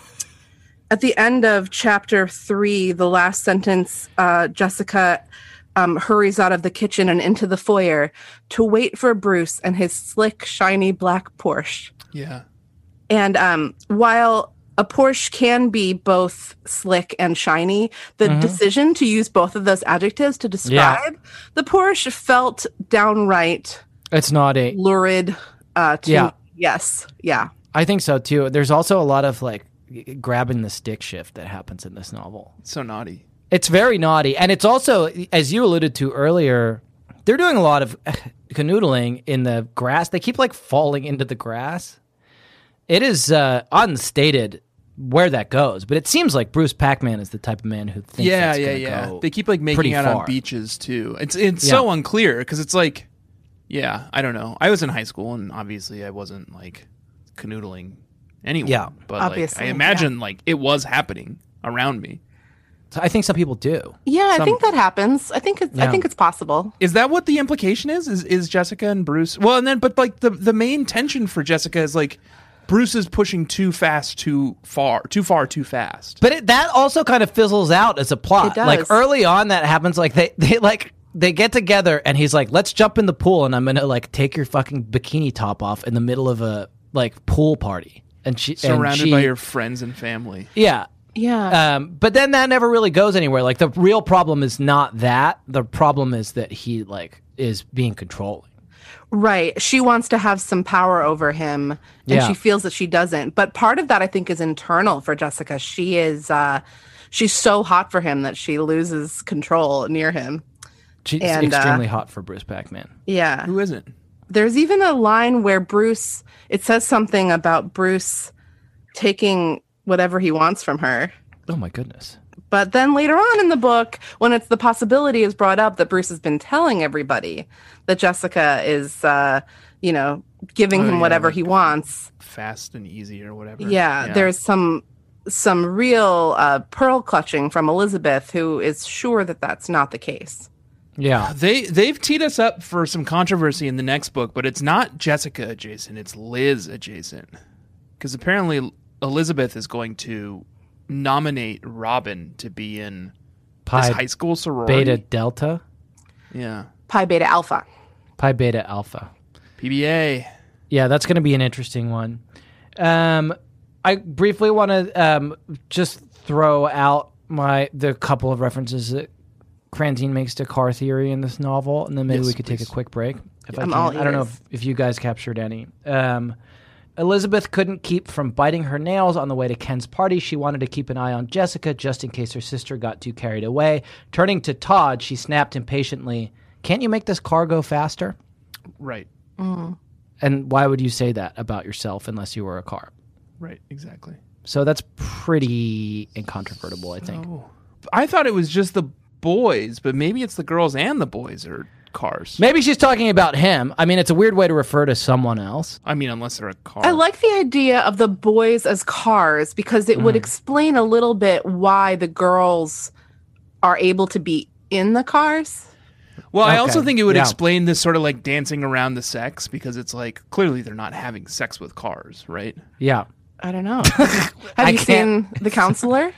Speaker 4: at the end of chapter three, the last sentence, uh, Jessica um, hurries out of the kitchen and into the foyer to wait for Bruce and his slick, shiny black Porsche.
Speaker 3: Yeah.
Speaker 4: And um, while a Porsche can be both slick and shiny, the decision to use both of those adjectives to describe the Porsche felt downright
Speaker 2: It's naughty.
Speaker 4: lurid. Uh, to,
Speaker 2: Yeah.
Speaker 4: Yes. Yeah.
Speaker 2: I think so too. There's also a lot of like g- grabbing the stick shift that happens in this novel.
Speaker 3: So naughty.
Speaker 2: It's very naughty. And it's also, as you alluded to earlier, they're doing a lot of canoodling in the grass. They keep like falling into the grass. It is uh, unstated where that goes, but it seems like Bruce Pac-Man is the type of man who thinks
Speaker 3: Yeah,
Speaker 2: that's
Speaker 3: yeah,
Speaker 2: gonna
Speaker 3: yeah.
Speaker 2: go
Speaker 3: They keep like
Speaker 2: pretty
Speaker 3: making out
Speaker 2: far.
Speaker 3: on beaches too. It's it's so
Speaker 2: Yeah.
Speaker 3: unclear because it's like, yeah, I don't know. I was in high school and obviously I wasn't like canoodling anyone.
Speaker 2: Yeah.
Speaker 3: but like,
Speaker 4: Obviously,
Speaker 3: I
Speaker 4: yeah.
Speaker 3: imagine like it was happening around me.
Speaker 2: So I think some people do.
Speaker 4: Yeah, I
Speaker 3: Some-
Speaker 4: think that happens. I think it's,
Speaker 2: Yeah.
Speaker 4: I think it's possible.
Speaker 3: Is that what the implication is? Is is Jessica and Bruce? Well, and then but like the the main tension for Jessica is like Bruce is pushing too fast, too far, too far, too fast.
Speaker 2: But it, that also kind of fizzles out as a plot.
Speaker 4: It does.
Speaker 2: Like early on, that happens. Like they, they like they get together, and he's like, "Let's jump in the pool," and I'm gonna like take your fucking bikini top off in the middle of a like pool party, and she and
Speaker 3: Surrounded
Speaker 2: she-
Speaker 3: by your friends and family.
Speaker 2: yeah.
Speaker 4: Yeah.
Speaker 2: Um, but then that never really goes anywhere. Like the real problem is not that. The problem is that he like is being controlling.
Speaker 4: right. She wants to have some power over him and
Speaker 2: Yeah.
Speaker 4: she feels that she doesn't. But part of that I think is internal for Jessica. She is uh she's so hot for him that she loses control near him.
Speaker 2: She's
Speaker 4: And, uh,
Speaker 2: extremely hot for Bruce Pac-Man.
Speaker 4: Yeah.
Speaker 3: Who isn't?
Speaker 4: There's even a line where Bruce it says something about Bruce taking whatever he wants from her.
Speaker 2: Oh my goodness.
Speaker 4: But then later on in the book, when it's the possibility is brought up that Bruce has been telling everybody that Jessica is, uh, you know, giving
Speaker 3: Oh,
Speaker 4: him
Speaker 3: yeah,
Speaker 4: whatever
Speaker 3: like-
Speaker 4: he wants.
Speaker 3: Fast and easy or whatever.
Speaker 4: Yeah, there's some some real uh, pearl clutching from Elizabeth, who is sure that that's not the case.
Speaker 2: Yeah.
Speaker 3: They they've teed us up for some controversy in the next book, but it's not Jessica adjacent; it's Liz adjacent. Because apparently Elizabeth is going to nominate Robin to be in this high
Speaker 2: Pi
Speaker 3: school sorority.
Speaker 2: beta delta.
Speaker 3: yeah,
Speaker 4: Pi Beta Alpha.
Speaker 2: Pi beta alpha.
Speaker 3: PBA.
Speaker 2: Yeah, that's going to be an interesting one. Um, I briefly want to um, just throw out my the couple of references that Cranzine makes to car theory in this novel, and then maybe
Speaker 3: Yes,
Speaker 2: we could take
Speaker 3: please.
Speaker 2: a quick break. If
Speaker 4: I'm
Speaker 2: can.
Speaker 4: all
Speaker 2: I don't know
Speaker 4: ears.
Speaker 2: if, if you guys captured any. Um, Elizabeth couldn't keep from biting her nails on the way to Ken's party. She wanted to keep an eye on Jessica just in case her sister got too carried away. Turning to Todd, she snapped impatiently, Can't you make this car go faster?
Speaker 3: Right,
Speaker 2: And why would you say that about yourself unless you were a car?
Speaker 3: right, exactly.
Speaker 2: So that's pretty incontrovertible, I
Speaker 3: Oh.
Speaker 2: think.
Speaker 3: I thought it was just the boys, but maybe it's the girls and the boys are cars.
Speaker 2: Maybe she's talking about him. I mean, it's a weird way to refer to someone else.
Speaker 3: I mean, unless they're a car.
Speaker 2: Oh.
Speaker 4: I like the idea of the boys as cars because it
Speaker 2: Mm.
Speaker 4: would explain a little bit why the girls are able to be in the cars.
Speaker 3: Well, I
Speaker 2: Okay,
Speaker 3: also think it would
Speaker 2: yeah.
Speaker 3: explain this sort of like dancing around the sex because it's like clearly they're not having sex with cars, right?
Speaker 2: Yeah.
Speaker 4: I don't know. Have
Speaker 2: I
Speaker 4: you
Speaker 2: can't-
Speaker 4: seen The Counselor?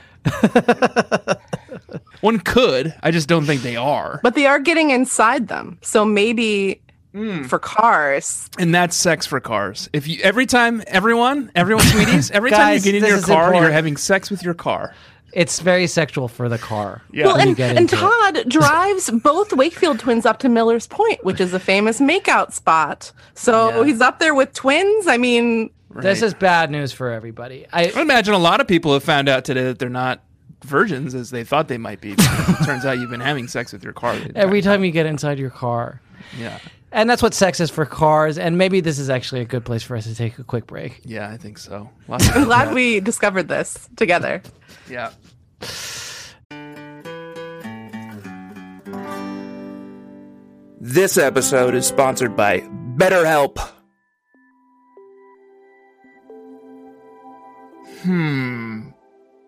Speaker 5: One could. I just don't think they are.
Speaker 4: But they are getting inside them. So maybe
Speaker 2: Hmm.
Speaker 4: for cars,
Speaker 5: And that's sex for cars. If you every time everyone, everyone sweeties, every time you
Speaker 2: Guys,
Speaker 5: get in
Speaker 2: this
Speaker 5: your
Speaker 2: is
Speaker 5: car, you're
Speaker 2: important.
Speaker 5: having sex with your car.
Speaker 2: It's very sexual for the car. Yeah.
Speaker 4: well, and,
Speaker 2: get
Speaker 4: and
Speaker 2: into it.
Speaker 4: Todd drives both Wakefield twins up to Miller's Point, which is a famous makeout spot. So
Speaker 5: Yeah.
Speaker 4: he's up there with twins. I mean,
Speaker 2: This
Speaker 5: Right.
Speaker 2: is bad news for everybody.
Speaker 5: I
Speaker 2: I
Speaker 5: imagine a lot of people have found out today that they're not virgins as they thought they might be. It turns out you've been having sex with your car.
Speaker 2: every time you get inside your car.
Speaker 5: yeah.
Speaker 2: And that's what sex is for cars. And maybe this is actually a good place for us to take a quick break.
Speaker 5: Yeah, I think so. Lots of
Speaker 4: I'm glad we discovered this together.
Speaker 5: Yeah.
Speaker 3: This episode is sponsored by BetterHelp. Hmm.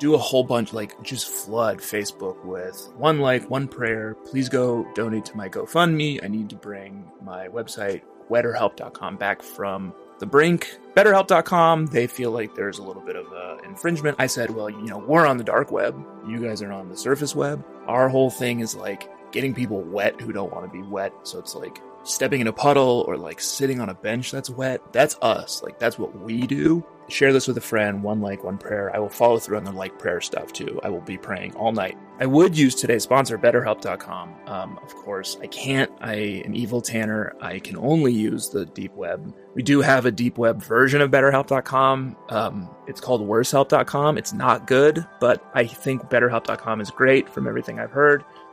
Speaker 3: do a whole bunch, like just flood Facebook with one like, one prayer. Please go donate to my GoFundMe. I need to bring my website, wetterhelp.com, back from the brink. BetterHelp.com, they feel like there's a little bit of uh, infringement. I said, well, you know, we're on the dark web. You guys are on the surface web. Our whole thing is like getting people wet who don't want to be wet. So it's like stepping in a puddle or like sitting on a bench that's wet. That's us. Like, that's what we do. Share this with a friend, one like, one prayer. I will follow through on the like prayer stuff too. I will be praying all night. I would use today's sponsor, BetterHelp.com. Um, of course, I can't. I am evil Tanner. I can only use the deep web. We do have a deep web version of BetterHelp.com. Um, it's called WorseHelp.com. It's not good, but I think BetterHelp.com is great from everything I've heard.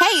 Speaker 6: Hey,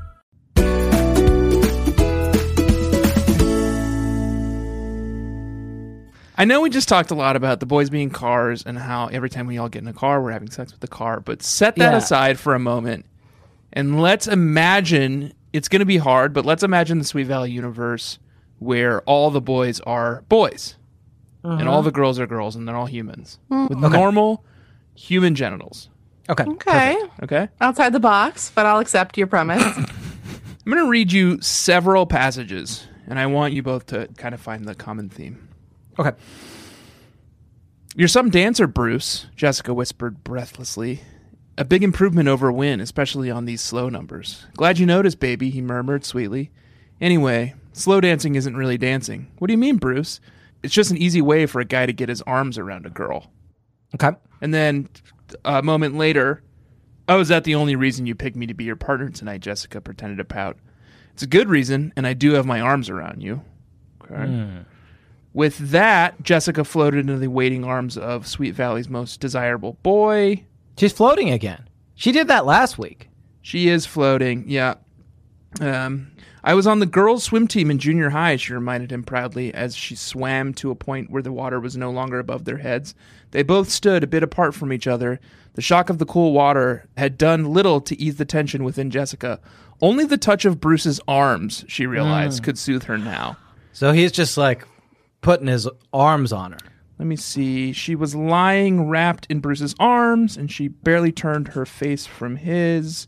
Speaker 5: I know we just talked a lot about the boys being cars and how every time we all get in a car, we're having sex with the car. But set that
Speaker 2: Yeah.
Speaker 5: aside for a moment and let's imagine it's going to be hard, but let's imagine the Sweet Valley universe where all the boys are boys and all the girls are girls and they're all humans with normal human genitals.
Speaker 2: Okay.
Speaker 4: Okay.
Speaker 5: Okay.
Speaker 4: Outside the box, but I'll accept your premise.
Speaker 5: I'm going to read you several passages and I want you both to kind of find the common theme.
Speaker 2: Okay.
Speaker 5: You're some dancer, Bruce, Jessica whispered breathlessly. A big improvement over Wynn, especially on these slow numbers. Glad you noticed, baby, he murmured sweetly. Anyway, slow dancing isn't really dancing. What do you mean, Bruce? It's just an easy way for a guy to get his arms around a girl.
Speaker 2: Okay.
Speaker 5: And then a moment later, oh, is that the only reason you picked me to be your partner tonight? Jessica pretended to pout. It's a good reason, and I do have my arms around you. Okay. With that, Jessica floated into the waiting arms of Sweet Valley's most desirable boy.
Speaker 2: She's floating again. She did that last week.
Speaker 5: She is floating. Yeah. Um, I was on the girls' swim team in junior high, she reminded him proudly as she swam to a point where the water was no longer above their heads. They both stood a bit apart from each other. The shock of the cool water had done little to ease the tension within Jessica. Only the touch of Bruce's arms, she realized, could soothe her now.
Speaker 2: So he's just like putting his arms on her.
Speaker 5: Let me see. She was lying wrapped in Bruce's arms, and she barely turned her face from his.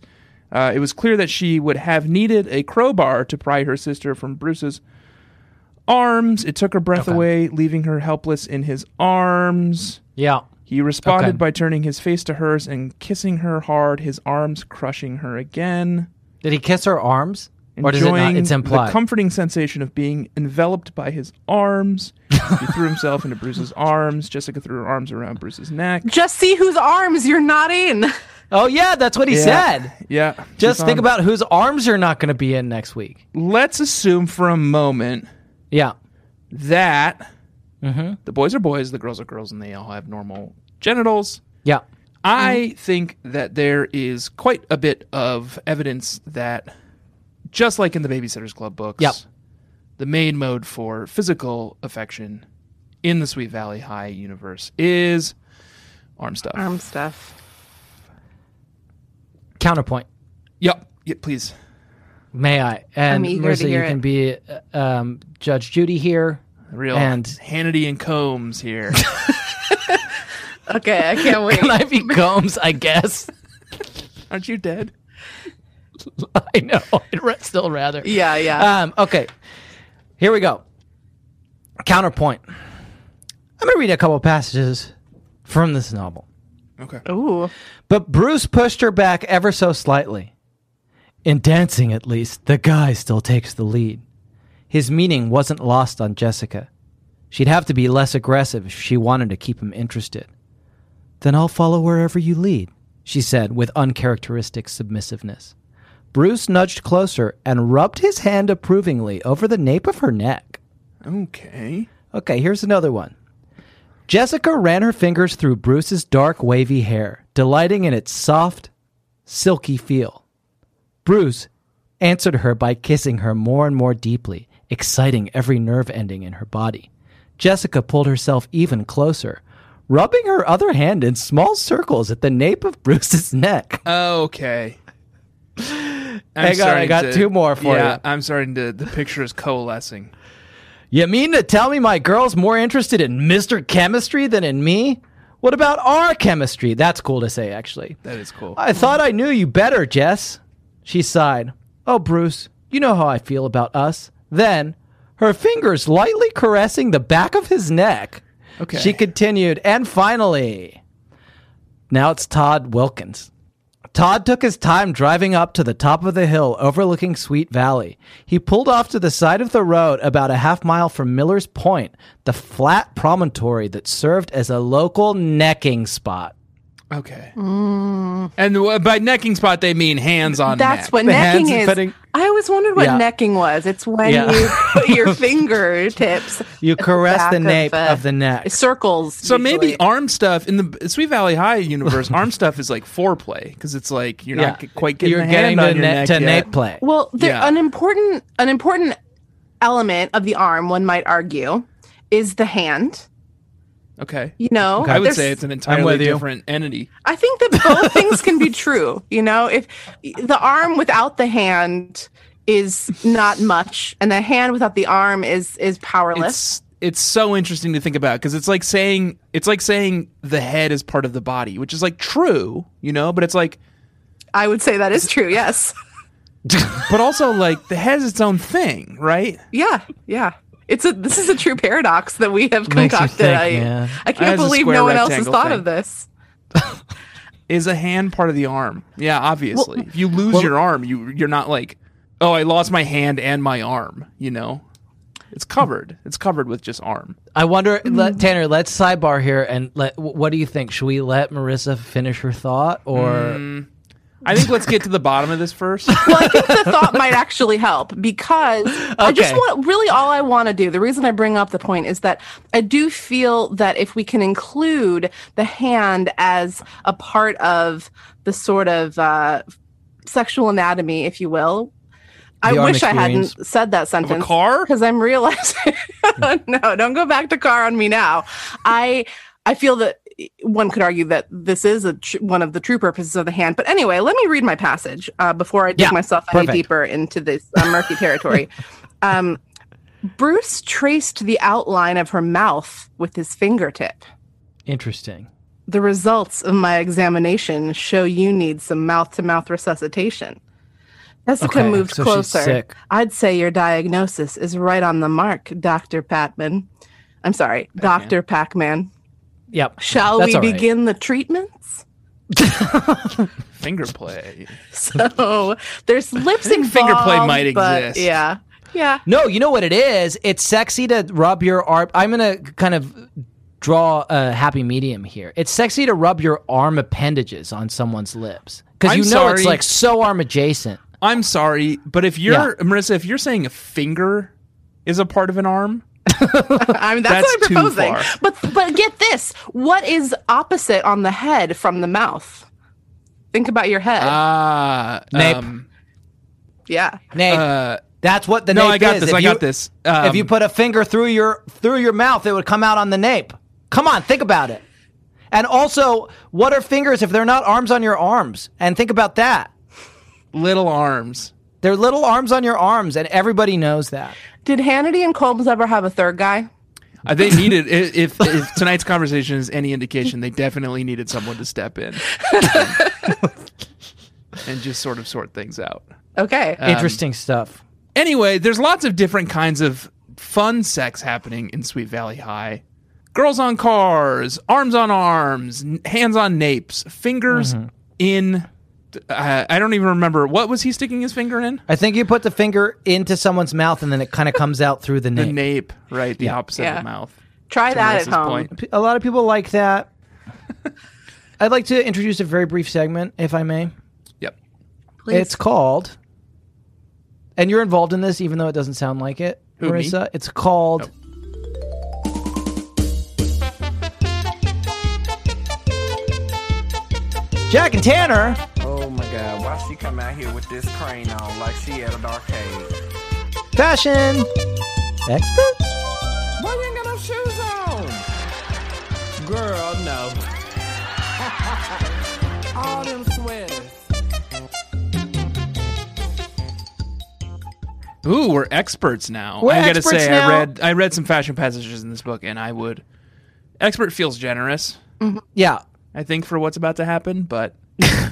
Speaker 5: Uh, it was clear that she would have needed a crowbar to pry her sister from Bruce's arms. It took her breath
Speaker 2: Okay.
Speaker 5: away, leaving her helpless in his arms.
Speaker 2: Yeah.
Speaker 5: He responded
Speaker 2: Okay.
Speaker 5: by turning his face to hers and kissing her hard, his arms crushing her again.
Speaker 2: Did he kiss her arms? Or does it not?
Speaker 5: enjoying
Speaker 2: It's implied.
Speaker 5: the comforting sensation of being enveloped by his arms. he threw himself into Bruce's arms. Jessica threw her arms around Bruce's neck.
Speaker 4: Just see whose arms you're not in.
Speaker 2: oh yeah, that's what he
Speaker 5: Yeah.
Speaker 2: said.
Speaker 5: Yeah.
Speaker 2: Just
Speaker 5: She's
Speaker 2: think
Speaker 5: on-
Speaker 2: about whose arms you're not going to be in next week.
Speaker 5: Let's assume for a moment
Speaker 2: Yeah.
Speaker 5: that
Speaker 2: Mm-hmm.
Speaker 5: the boys are boys, the girls are girls, and they all have normal genitals.
Speaker 2: Yeah. Mm-hmm.
Speaker 5: I think that there is quite a bit of evidence that, just like in the Babysitters Club books,
Speaker 2: Yep.
Speaker 5: the main mode for physical affection in the Sweet Valley High universe is arm stuff.
Speaker 4: Arm stuff.
Speaker 2: Counterpoint.
Speaker 5: Yep. Yeah, please.
Speaker 2: May I? And
Speaker 4: I'm eager
Speaker 2: Marissa,
Speaker 4: to
Speaker 2: you
Speaker 4: hear
Speaker 2: can
Speaker 4: it.
Speaker 2: be uh, um, Judge Judy here.
Speaker 5: Real
Speaker 2: And-
Speaker 5: Hannity and Combs here.
Speaker 4: Okay, I can't wait.
Speaker 2: Can I be Combs? I guess.
Speaker 5: Aren't you dead?
Speaker 2: I know. I'd ra- still rather.
Speaker 4: yeah, yeah.
Speaker 2: Um, okay. Here we go. Counterpoint. I'm going to read a couple passages from this novel.
Speaker 4: Ooh.
Speaker 2: But Bruce pushed her back ever so slightly. In dancing, at least, the guy still takes the lead. His meaning wasn't lost on Jessica. She'd have to be less aggressive if she wanted to keep him interested. Then I'll follow wherever you lead, she said with uncharacteristic submissiveness. Bruce nudged closer and rubbed his hand approvingly over the nape of her neck.
Speaker 5: Okay.
Speaker 2: Okay, here's another one. Jessica ran her fingers through Bruce's dark, wavy hair, delighting in its soft, silky feel. Bruce answered her by kissing her more and more deeply, exciting every nerve ending in her body. Jessica pulled herself even closer, rubbing her other hand in small circles at the nape of Bruce's neck.
Speaker 5: Okay. I'm
Speaker 2: Hang on, I
Speaker 5: starting
Speaker 2: got two more for
Speaker 5: yeah,
Speaker 2: you.
Speaker 5: I'm starting to. The picture is coalescing.
Speaker 2: You mean to tell me my girl's more interested in Mr. Chemistry than in me? What about our chemistry? That's cool to say, actually.
Speaker 5: That is cool.
Speaker 2: I thought I knew you better, Jess. She sighed. Oh, Bruce, you know how I feel about us. Then, her fingers lightly caressing the back of his neck,
Speaker 5: Okay.
Speaker 2: she continued, and finally. Now it's Todd Wilkins. Todd took his time driving up to the top of the hill overlooking Sweet Valley. He pulled off to the side of the road about a half mile from Miller's Point, the flat promontory that served as a local necking spot.
Speaker 5: Okay. And wh- by necking spot, they mean hands on.
Speaker 4: That's
Speaker 5: neck.
Speaker 4: what
Speaker 2: The
Speaker 4: necking
Speaker 2: hands
Speaker 4: is.
Speaker 2: fitting-
Speaker 4: I always wondered what
Speaker 2: Yeah.
Speaker 4: necking was. It's when
Speaker 2: Yeah.
Speaker 4: you put your fingertips.
Speaker 2: You
Speaker 4: at the
Speaker 2: caress
Speaker 4: back
Speaker 2: the nape
Speaker 4: uh,
Speaker 2: of the neck.
Speaker 4: Circles.
Speaker 5: So maybe
Speaker 4: usually.
Speaker 5: arm stuff in the Sweet Valley High universe, arm stuff is like foreplay because it's like you're not g- quite getting
Speaker 2: You're
Speaker 5: the
Speaker 2: getting
Speaker 5: hand
Speaker 2: to
Speaker 5: on your
Speaker 2: na-
Speaker 5: neck
Speaker 2: to
Speaker 5: yet.
Speaker 2: nape play.
Speaker 4: Well, there,
Speaker 5: Yeah.
Speaker 4: an important an important element of the arm, one might argue, is the hand.
Speaker 5: Okay.
Speaker 4: You know,
Speaker 5: I would
Speaker 4: There's-
Speaker 5: say it's an
Speaker 2: with
Speaker 5: entirely
Speaker 2: you.
Speaker 5: different entity.
Speaker 4: I think that both things can be true. You know, if the arm without the hand is not much, and the hand without the arm is is powerless.
Speaker 5: It's it's so interesting to think about because it's like saying it's like saying the head is part of the body, which is like true, you know, but it's like
Speaker 4: I would say that is true. Yes.
Speaker 5: but also like the head is its own thing, right?
Speaker 4: Yeah. Yeah. It's a this is a true paradox that we have
Speaker 2: Makes you
Speaker 4: concocted.
Speaker 2: think,
Speaker 4: I
Speaker 2: man.
Speaker 4: I
Speaker 5: That
Speaker 4: can't
Speaker 5: is a
Speaker 4: believe
Speaker 5: square
Speaker 4: no one else has
Speaker 5: rectangle
Speaker 4: thought
Speaker 5: thing.
Speaker 4: of this.
Speaker 5: Is a hand part of the arm? Yeah, obviously. if you lose your arm, you you're not like, oh, I lost my hand and my arm. You know, it's covered. It's covered with just arm.
Speaker 2: I wonder,
Speaker 4: Mm-hmm.
Speaker 2: let, Tanner. Let's sidebar here and let. wh- What do you think? Should we let Marissa finish her thought, or
Speaker 5: Mm. I think let's get to the bottom of this first.
Speaker 4: well, I think the thought might actually help because I just
Speaker 2: Okay.
Speaker 4: want really all I want to do. The reason I bring up the point is that I do feel that if we can include the hand as a part of the sort of uh, sexual anatomy, if you will. I
Speaker 2: The arm
Speaker 4: wish I hadn't
Speaker 2: experience.
Speaker 4: said that sentence.
Speaker 5: car?
Speaker 4: Because I'm realizing no, don't go back to car on me now. I I feel that one could argue that this is a tr- one of the true purposes of the hand. But anyway, let me read my passage uh, before I dig
Speaker 2: Yeah,
Speaker 4: myself any
Speaker 2: perfect.
Speaker 4: deeper into this uh, murky territory. um, Bruce traced the outline of her mouth with his fingertip.
Speaker 2: interesting?
Speaker 4: The results of my examination show you need some mouth to mouth resuscitation. Jessica
Speaker 2: Okay,
Speaker 4: moved
Speaker 2: so she's
Speaker 4: closer.
Speaker 2: sick.
Speaker 4: I'd say your diagnosis is right on the mark, Dr. Patman. I'm sorry, Dr. Pac Man.
Speaker 2: Yep.
Speaker 4: Shall
Speaker 2: That's
Speaker 4: we
Speaker 2: all right.
Speaker 4: begin the treatments?
Speaker 5: Finger play.
Speaker 4: So there's lip sync.
Speaker 5: finger play
Speaker 4: involved,
Speaker 5: might
Speaker 4: but
Speaker 5: exist.
Speaker 4: Yeah. Yeah.
Speaker 2: No, you know what it is? It's sexy to rub your arm. I'm going to kind of draw a happy medium here. It's sexy to rub your arm appendages on someone's lips because
Speaker 5: I'm
Speaker 2: you know
Speaker 5: sorry.
Speaker 2: it's like so arm adjacent.
Speaker 5: I'm sorry, but if you're Marissa, if you're saying a finger is a part of an arm,
Speaker 4: I mean, that's,
Speaker 5: That's
Speaker 4: what
Speaker 5: too
Speaker 4: I'm proposing.
Speaker 5: far.
Speaker 4: But but get this: what is opposite on the head from the mouth? Think about your head.
Speaker 5: ah,
Speaker 2: Nape.
Speaker 5: um,
Speaker 4: yeah.
Speaker 2: Nate,
Speaker 5: uh,
Speaker 2: that's what the
Speaker 5: no,
Speaker 2: nape
Speaker 5: I got
Speaker 2: is.
Speaker 5: this.
Speaker 2: If
Speaker 5: I
Speaker 2: you-
Speaker 5: got this. Um,
Speaker 2: if you put a finger through your through your mouth, it would come out on the nape. Come on, think about it. And also, what are fingers if they're not arms on your arms? And think about that.
Speaker 5: little arms,
Speaker 2: They're little arms on your arms, and everybody knows that.
Speaker 4: Did Hannity and Combs ever have a third guy?
Speaker 5: uh, they needed. i- If, if tonight's conversation is any indication, they definitely needed someone to step in and just sort of sort things out.
Speaker 4: Okay.
Speaker 5: Uh, Um,
Speaker 2: Interesting stuff.
Speaker 5: Anyway, there's lots of different kinds of fun sex happening in Sweet Valley High. Girls on cars, arms on arms, n- hands on napes, fingers in. Uh, I don't even remember what was he sticking his finger in.
Speaker 2: I think you put the finger into someone's mouth, and then it kind of comes out through the
Speaker 5: The
Speaker 2: nape.
Speaker 5: nape, right? The opposite of
Speaker 4: Yeah.
Speaker 5: the mouth.
Speaker 4: Try that at
Speaker 5: Marissa's
Speaker 4: home.
Speaker 5: point.
Speaker 2: A lot of people like that. I'd like to introduce a very brief segment, if I may.
Speaker 5: Yep.
Speaker 4: Please.
Speaker 2: It's called, and you're involved in this, even though it doesn't sound like it,
Speaker 5: Who, me?
Speaker 2: Marissa. It's called. Jack and Tanner.
Speaker 7: Oh my god, why she come out here with this crane on like she at an arcade?
Speaker 2: fashion expert.
Speaker 7: Why you ain't got no shoes on? Girl, no. All them sweaters.
Speaker 5: Ooh, we're experts now.
Speaker 2: We're
Speaker 5: I gotta
Speaker 2: experts
Speaker 5: say,
Speaker 2: now.
Speaker 5: I read I read some fashion passages in this book, and I would expert feels generous.
Speaker 2: Yeah,
Speaker 5: I think for what's about to happen, but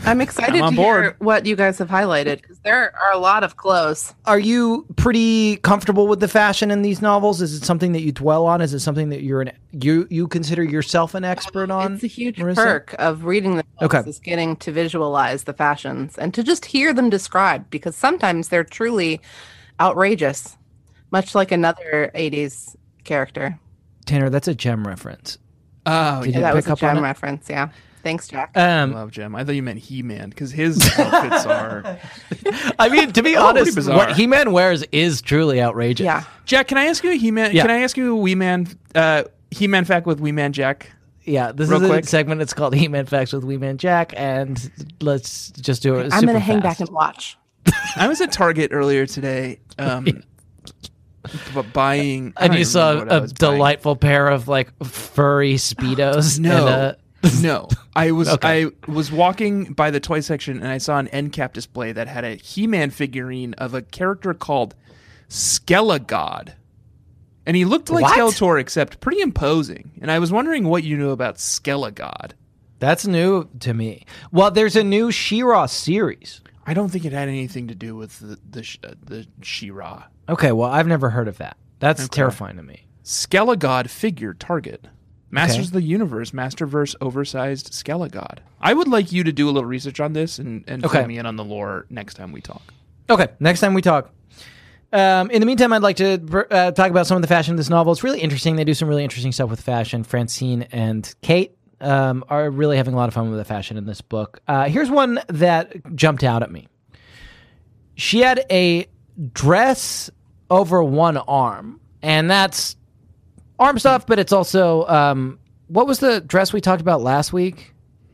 Speaker 4: I'm excited
Speaker 5: I'm on
Speaker 4: to
Speaker 5: board.
Speaker 4: hear what you guys have highlighted because there are a lot of clothes.
Speaker 2: are you pretty comfortable with the fashion in these novels? Is it something that you dwell on? Is it something that you're an you you consider yourself an expert on?
Speaker 4: It's a huge
Speaker 2: Marissa?
Speaker 4: perk of reading the books
Speaker 2: Okay.
Speaker 4: is getting to visualize the fashions and to just hear them described because sometimes they're truly outrageous, much like another 80s character.
Speaker 2: Tanner, that's a gem reference.
Speaker 5: oh,
Speaker 2: Did
Speaker 5: yeah.
Speaker 2: you
Speaker 4: that was
Speaker 2: pick
Speaker 4: a
Speaker 2: up on
Speaker 4: gem
Speaker 2: it?
Speaker 4: reference. Yeah. Thanks, Jack.
Speaker 5: I
Speaker 2: Um,
Speaker 5: love Jim. I thought you meant He Man because his outfits are.
Speaker 2: I mean, to be
Speaker 5: pretty
Speaker 2: honest,
Speaker 5: bizarre.
Speaker 2: what He Man wears is truly outrageous.
Speaker 4: yeah.
Speaker 5: Jack, can I ask you a He Man?
Speaker 2: Yeah.
Speaker 5: Can I ask you a Wee Man? Uh, he Man fact with Wee Man Jack.
Speaker 2: yeah. This
Speaker 5: Real
Speaker 2: is
Speaker 5: quick.
Speaker 2: a segment that's called He Man Facts with Wee Man Jack, and let's just do it.
Speaker 4: I'm
Speaker 2: going to
Speaker 4: hang back and watch.
Speaker 5: I was at Target earlier today, um, b- buying. I
Speaker 2: and
Speaker 5: don't
Speaker 2: you
Speaker 5: even
Speaker 2: saw
Speaker 5: remember what I
Speaker 2: a
Speaker 5: was buying.
Speaker 2: delightful pair of like furry speedos.
Speaker 5: No,
Speaker 2: and, uh,
Speaker 5: no. I was I was walking by the toy section and I saw an end cap display that had a He-Man figurine of a character called Skelegod. And he looked like
Speaker 2: What?
Speaker 5: Skeletor except pretty imposing. And I was wondering what you knew about Skelegod.
Speaker 2: That's new to me. Well, there's a new She-Ra series.
Speaker 5: I don't think it had anything to do with the the sh- uh, the She-Ra.
Speaker 2: Okay, well, I've never heard of that. That's terrifying to me.
Speaker 5: Skelegod figure target. Masters of the Universe, Masterverse oversized Skelegod. I would like you to do a little research on this and, and fill
Speaker 2: Okay.
Speaker 5: me in on the lore next time we talk.
Speaker 2: Okay, next time we talk. Um, in the meantime, I'd like to br- uh, talk about some of the fashion of this novel. It's really interesting. They do some really interesting stuff with fashion. Francine and Kate um, are really having a lot of fun with the fashion in this book. Uh, here's one that jumped out at me. She had a dress over one arm, and that's arm stuff, but it's also um, what was the dress we talked about last week?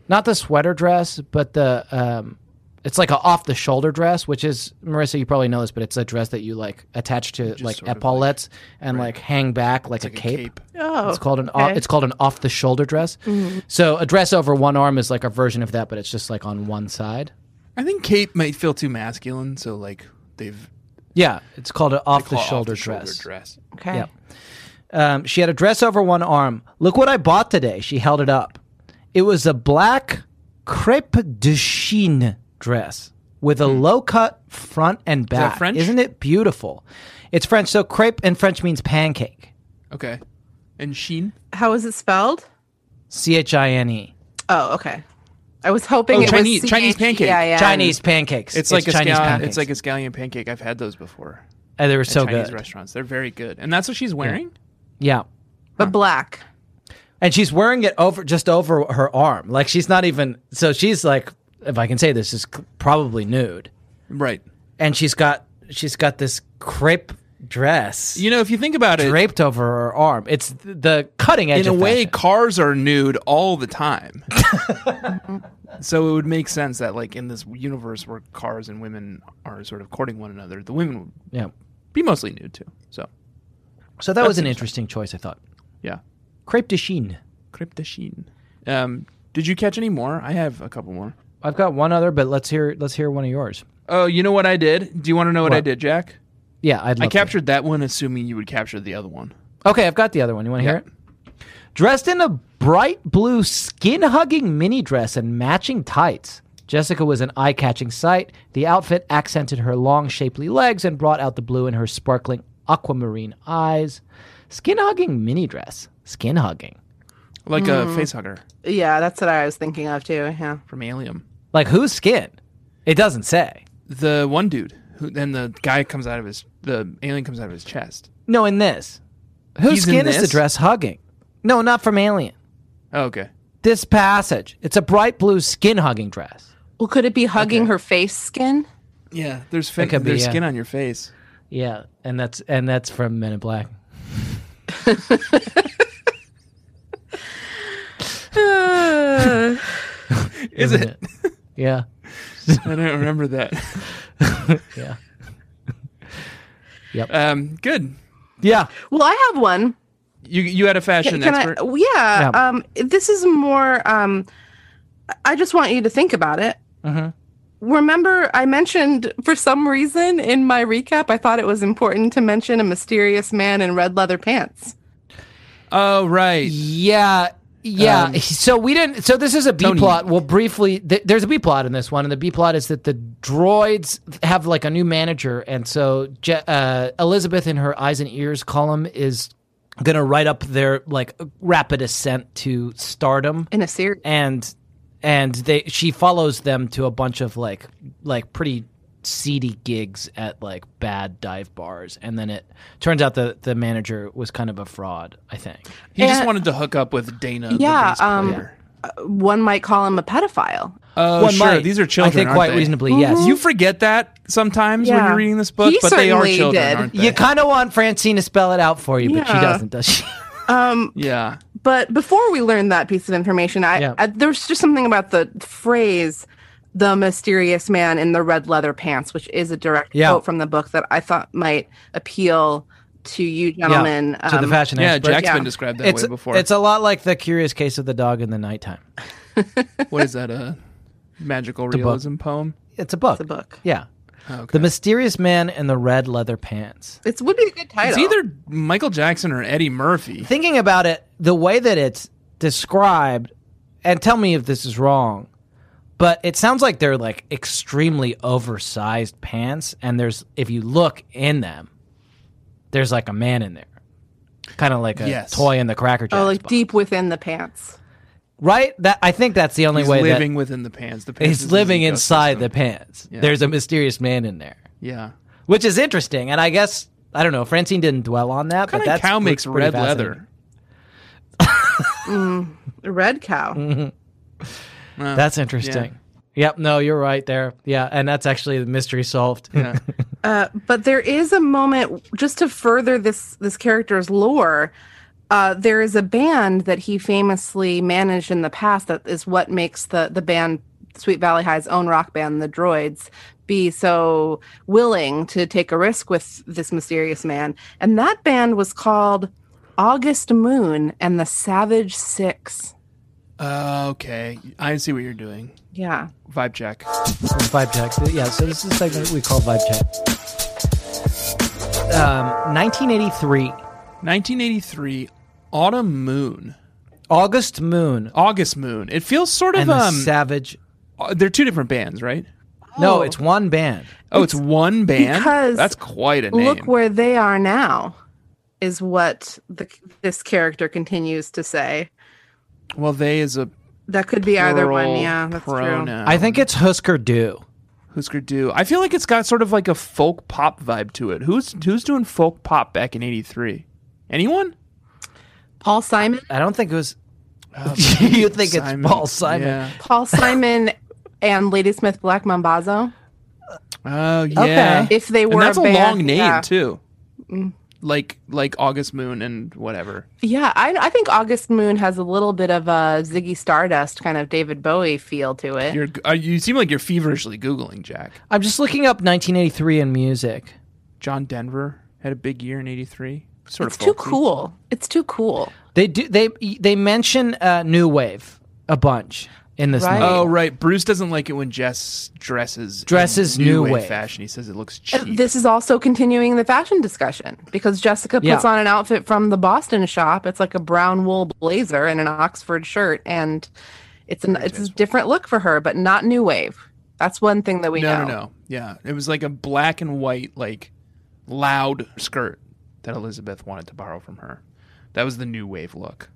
Speaker 2: Not the sweater dress, but the um, it's like a off the shoulder dress, which is Marissa. You probably know this, but it's a dress that you like attach to like
Speaker 5: sort of,
Speaker 2: epaulettes and like hang back like, a, cape.
Speaker 4: Oh,
Speaker 2: It's called an o- it's called an off the shoulder dress. So a dress over one arm is like a version of that, but it's just like on one side.
Speaker 5: I think cape might feel too masculine, so like they've
Speaker 2: Yeah, it's called an off the
Speaker 5: clawed off
Speaker 2: shoulder
Speaker 5: shoulder
Speaker 2: dress.
Speaker 5: dress.
Speaker 4: okay.
Speaker 2: yeah. Um, she had a dress over one arm. Look what I bought today. She held it up. It was a black crepe de chine dress with a low cut front and back.
Speaker 5: Hmm. French?
Speaker 2: Isn't it beautiful? It's French. So crepe in French means pancake.
Speaker 5: Okay. And Sheen?
Speaker 4: How is it spelled?
Speaker 2: C H I N E.
Speaker 4: Oh, okay. I was hoping
Speaker 5: Oh,
Speaker 4: it
Speaker 5: Chinese-
Speaker 4: was
Speaker 5: Chinese pancake.
Speaker 4: CHEIN.
Speaker 2: Chinese pancakes.
Speaker 5: It's, like a
Speaker 2: Chinese
Speaker 5: scallion,
Speaker 2: pancakes.
Speaker 5: it's like a scallion pancake. I've had those before.
Speaker 2: And they were
Speaker 5: At
Speaker 2: so
Speaker 5: Chinese
Speaker 2: good.
Speaker 5: restaurants. They're very good. And that's what she's wearing?
Speaker 2: Yeah.
Speaker 4: but black.
Speaker 2: And she's wearing it over just over her arm. Like she's not even so she's like if I can say this is c- probably nude.
Speaker 5: Right.
Speaker 2: And she's got she's got this crepe dress
Speaker 5: You know, if you think about it,
Speaker 2: draped over her arm. It's th- the cutting edge
Speaker 5: in a
Speaker 2: of
Speaker 5: way,
Speaker 2: fashion.
Speaker 5: cars are nude all the time. so it would make sense that, like, in this universe where cars and women are sort of courting one another, the women would
Speaker 2: Yeah.
Speaker 5: be mostly nude too. So,
Speaker 2: So that was an interesting choice I thought.
Speaker 5: yeah.
Speaker 2: Crepe de chine.
Speaker 5: Crepe de Chine. Um, did you catch any more? I have a couple more.
Speaker 2: I've got one other but let's hear let's hear one of yours.
Speaker 5: Oh, you know what I did? Do you want to know what, I
Speaker 2: What?
Speaker 5: did, Jack?
Speaker 2: Yeah, I'd love
Speaker 5: I
Speaker 2: to.
Speaker 5: captured that one, assuming you would capture the other one.
Speaker 2: Okay, I've got the other one. You want to hear it? Dressed in a bright blue skin hugging mini dress and matching tights, Jessica was an eye catching sight. The outfit accented her long, shapely legs and brought out the blue in her sparkling aquamarine eyes. Skin hugging mini dress. Skin hugging.
Speaker 5: Like a face hugger
Speaker 4: Yeah, that's what I was thinking of too. Yeah.
Speaker 5: from Alien.
Speaker 2: Like whose skin? It doesn't say.
Speaker 5: The one dude, who then the guy comes out of his, the alien comes out of his chest.
Speaker 2: No, in this. Whose
Speaker 5: He's in
Speaker 2: skin is the
Speaker 5: this?
Speaker 2: dress hugging? No, not from Alien.
Speaker 5: Oh, okay.
Speaker 2: This passage. It's a bright blue skin hugging dress.
Speaker 4: Well, could it be hugging her face skin?
Speaker 5: Yeah, there's fin-
Speaker 2: could be,
Speaker 5: there's
Speaker 2: yeah.
Speaker 5: skin on your face.
Speaker 2: Yeah, and that's and that's from Men in Black.
Speaker 5: Is
Speaker 2: isn't
Speaker 5: it?
Speaker 2: Yeah.
Speaker 5: I don't remember that.
Speaker 2: Yeah.
Speaker 5: Um, good.
Speaker 2: Yeah.
Speaker 4: Well, I have one.
Speaker 5: You you had a fashion
Speaker 4: Can
Speaker 5: expert.
Speaker 4: I? Yeah.
Speaker 2: Yeah.
Speaker 4: Um, this is more. Um, I just want you to think about it.
Speaker 5: Mm-hmm.
Speaker 4: Remember, I mentioned for some reason in my recap, I thought it was important to mention a mysterious man in red leather pants.
Speaker 5: oh right.
Speaker 2: Yeah. Yeah. so we didn't. So this is a B
Speaker 5: Um, Tony.
Speaker 2: plot. We'll briefly. Th- there's a B plot in this one, and the B plot is that the droids have like a new manager, and so Je- uh, Elizabeth in her eyes and ears column is gonna write up their like rapid ascent to stardom.
Speaker 4: In a series,
Speaker 2: and and they she follows them to a bunch of like like pretty seedy gigs at like bad dive bars and then it turns out the the manager was kind of a fraud i think
Speaker 5: He just
Speaker 4: And-
Speaker 5: wanted to hook up with
Speaker 4: Yeah,
Speaker 5: Dana. The bass
Speaker 4: um,
Speaker 5: player.
Speaker 4: one might call him a pedophile.
Speaker 5: Oh,
Speaker 2: One
Speaker 5: sure.
Speaker 2: might.
Speaker 5: These are
Speaker 2: i
Speaker 5: children.
Speaker 2: think
Speaker 5: aren't
Speaker 2: quite
Speaker 5: they?
Speaker 2: reasonably yes
Speaker 5: You
Speaker 2: you
Speaker 5: forget that sometimes when
Speaker 4: Yeah.
Speaker 5: you're reading this book,
Speaker 4: He
Speaker 5: but they are
Speaker 4: certainly
Speaker 5: children,
Speaker 4: did.
Speaker 5: aren't they?
Speaker 2: you kind of want francine to spell it out for you but she
Speaker 4: Yeah.
Speaker 2: doesn't does she
Speaker 5: yeah.
Speaker 4: But before we learned that piece of information, I,
Speaker 2: Yeah.
Speaker 4: I there's just something about the phrase "the mysterious man in the red leather pants," which is a direct
Speaker 2: Yeah.
Speaker 4: quote from the book that I thought might appeal to you gentlemen.
Speaker 2: yeah, to the
Speaker 4: Um,
Speaker 2: fashion
Speaker 5: Yeah,
Speaker 2: expert.
Speaker 5: Jack's
Speaker 4: yeah.
Speaker 5: been described that
Speaker 2: it's,
Speaker 5: way before.
Speaker 2: it's a lot like the curious case of the dog in the nighttime
Speaker 5: what is that? A magical
Speaker 2: book.
Speaker 5: realism poem?
Speaker 2: it's a book
Speaker 4: the book.
Speaker 2: yeah
Speaker 5: Okay.
Speaker 2: the mysterious man in the red leather pants
Speaker 4: It would be a good title. Oh,
Speaker 5: it's either Michael Jackson or Eddie Murphy.
Speaker 2: thinking about it, the way that it's described, and tell me if this is wrong, but it sounds like they're like extremely oversized pants. And there's, if you look in them, there's like a man in there, kind of like a
Speaker 5: Yes.
Speaker 2: toy in the Cracker Jack.
Speaker 4: oh, like deep within the pants.
Speaker 2: right? That I think that's the only
Speaker 5: He's
Speaker 2: way
Speaker 5: living within the pants. The
Speaker 2: that
Speaker 5: pants.
Speaker 2: he's living inside the pants.
Speaker 5: Yeah.
Speaker 2: There's a mysterious man in there,
Speaker 5: Yeah.
Speaker 2: which is interesting. And I guess I don't know. Francine didn't dwell on that,
Speaker 5: Kind
Speaker 2: but that's
Speaker 5: of cow makes
Speaker 2: pretty
Speaker 5: red
Speaker 2: fascinating.
Speaker 5: leather.
Speaker 4: A Red cow.
Speaker 5: Uh,
Speaker 2: That's interesting. Yep. No, you're right there. Yeah, and that's actually the mystery solved.
Speaker 5: Yeah.
Speaker 4: Uh, But there is a moment just to further this this character's lore. Uh, there is a band that he famously managed in the past that is what makes the the band Sweet Valley High's own rock band, the Droids, be so willing to take a risk with this mysterious man. And that band was called August Moon and the Savage Six.
Speaker 5: Uh, okay. I see what you're doing.
Speaker 4: Yeah.
Speaker 5: Vibe check.
Speaker 2: Vibe check. Yeah. So this is a segment we call vibe check. Um, 1983.
Speaker 5: 1983, Autumn Moon.
Speaker 2: August Moon
Speaker 5: August Moon. It feels sort of
Speaker 2: and the
Speaker 5: um.
Speaker 2: Savage.
Speaker 5: uh, they're two different bands, right?
Speaker 2: No, it's one band.
Speaker 5: Oh, it's, one band.
Speaker 4: because
Speaker 5: That's quite a name.
Speaker 4: Look where they are now, is what the, this character continues to say.
Speaker 5: well, they is a
Speaker 4: That could be either one.
Speaker 5: plural
Speaker 4: Yeah, that's true.
Speaker 5: pronoun.
Speaker 2: I think it's Husker Du.
Speaker 5: Husker Du. I feel like it's got sort of like a folk pop vibe to it. Who's who's doing folk pop back in '83? Anyone?
Speaker 4: Paul Simon.
Speaker 2: I don't think it was. you think
Speaker 5: Oh, Simon.
Speaker 2: it's Paul Simon?
Speaker 5: Yeah.
Speaker 4: Paul Simon and Ladysmith Black Mambazo.
Speaker 5: Oh yeah.
Speaker 2: Okay.
Speaker 4: If they were
Speaker 5: and that's
Speaker 4: a
Speaker 5: a,
Speaker 4: band,
Speaker 5: long name
Speaker 4: yeah. Mm.
Speaker 5: too. Like like August Moon and whatever.
Speaker 4: Yeah, I, I think August Moon has a little bit of a Ziggy Stardust kind of David Bowie feel to it.
Speaker 5: You're uh, you seem like you're feverishly googling Jack.
Speaker 2: I'm just looking up 1983 in music.
Speaker 5: John Denver had a big year in '83. Sort
Speaker 4: it's
Speaker 5: of
Speaker 4: too
Speaker 5: folksy.
Speaker 4: cool. It's too cool.
Speaker 2: They do. They they mention uh, new wave a bunch in this.
Speaker 4: Right.
Speaker 2: movie.
Speaker 5: Oh right, Bruce doesn't like it when Jess dresses in
Speaker 2: Dresses new
Speaker 5: wave,
Speaker 2: wave.
Speaker 5: fashion. He says it looks
Speaker 4: Uh,
Speaker 5: cheap.
Speaker 4: This is also continuing the fashion discussion because Jessica puts
Speaker 2: Yeah.
Speaker 4: on an outfit from the Boston shop. It's like a brown wool blazer and an Oxford shirt, and it's an it's a different look for her, but not new wave. That's one thing that we
Speaker 5: no,
Speaker 4: know.
Speaker 5: no, no. Yeah, it was like a black and white, like loud skirt that Elizabeth wanted to borrow from her. That was the new wave look.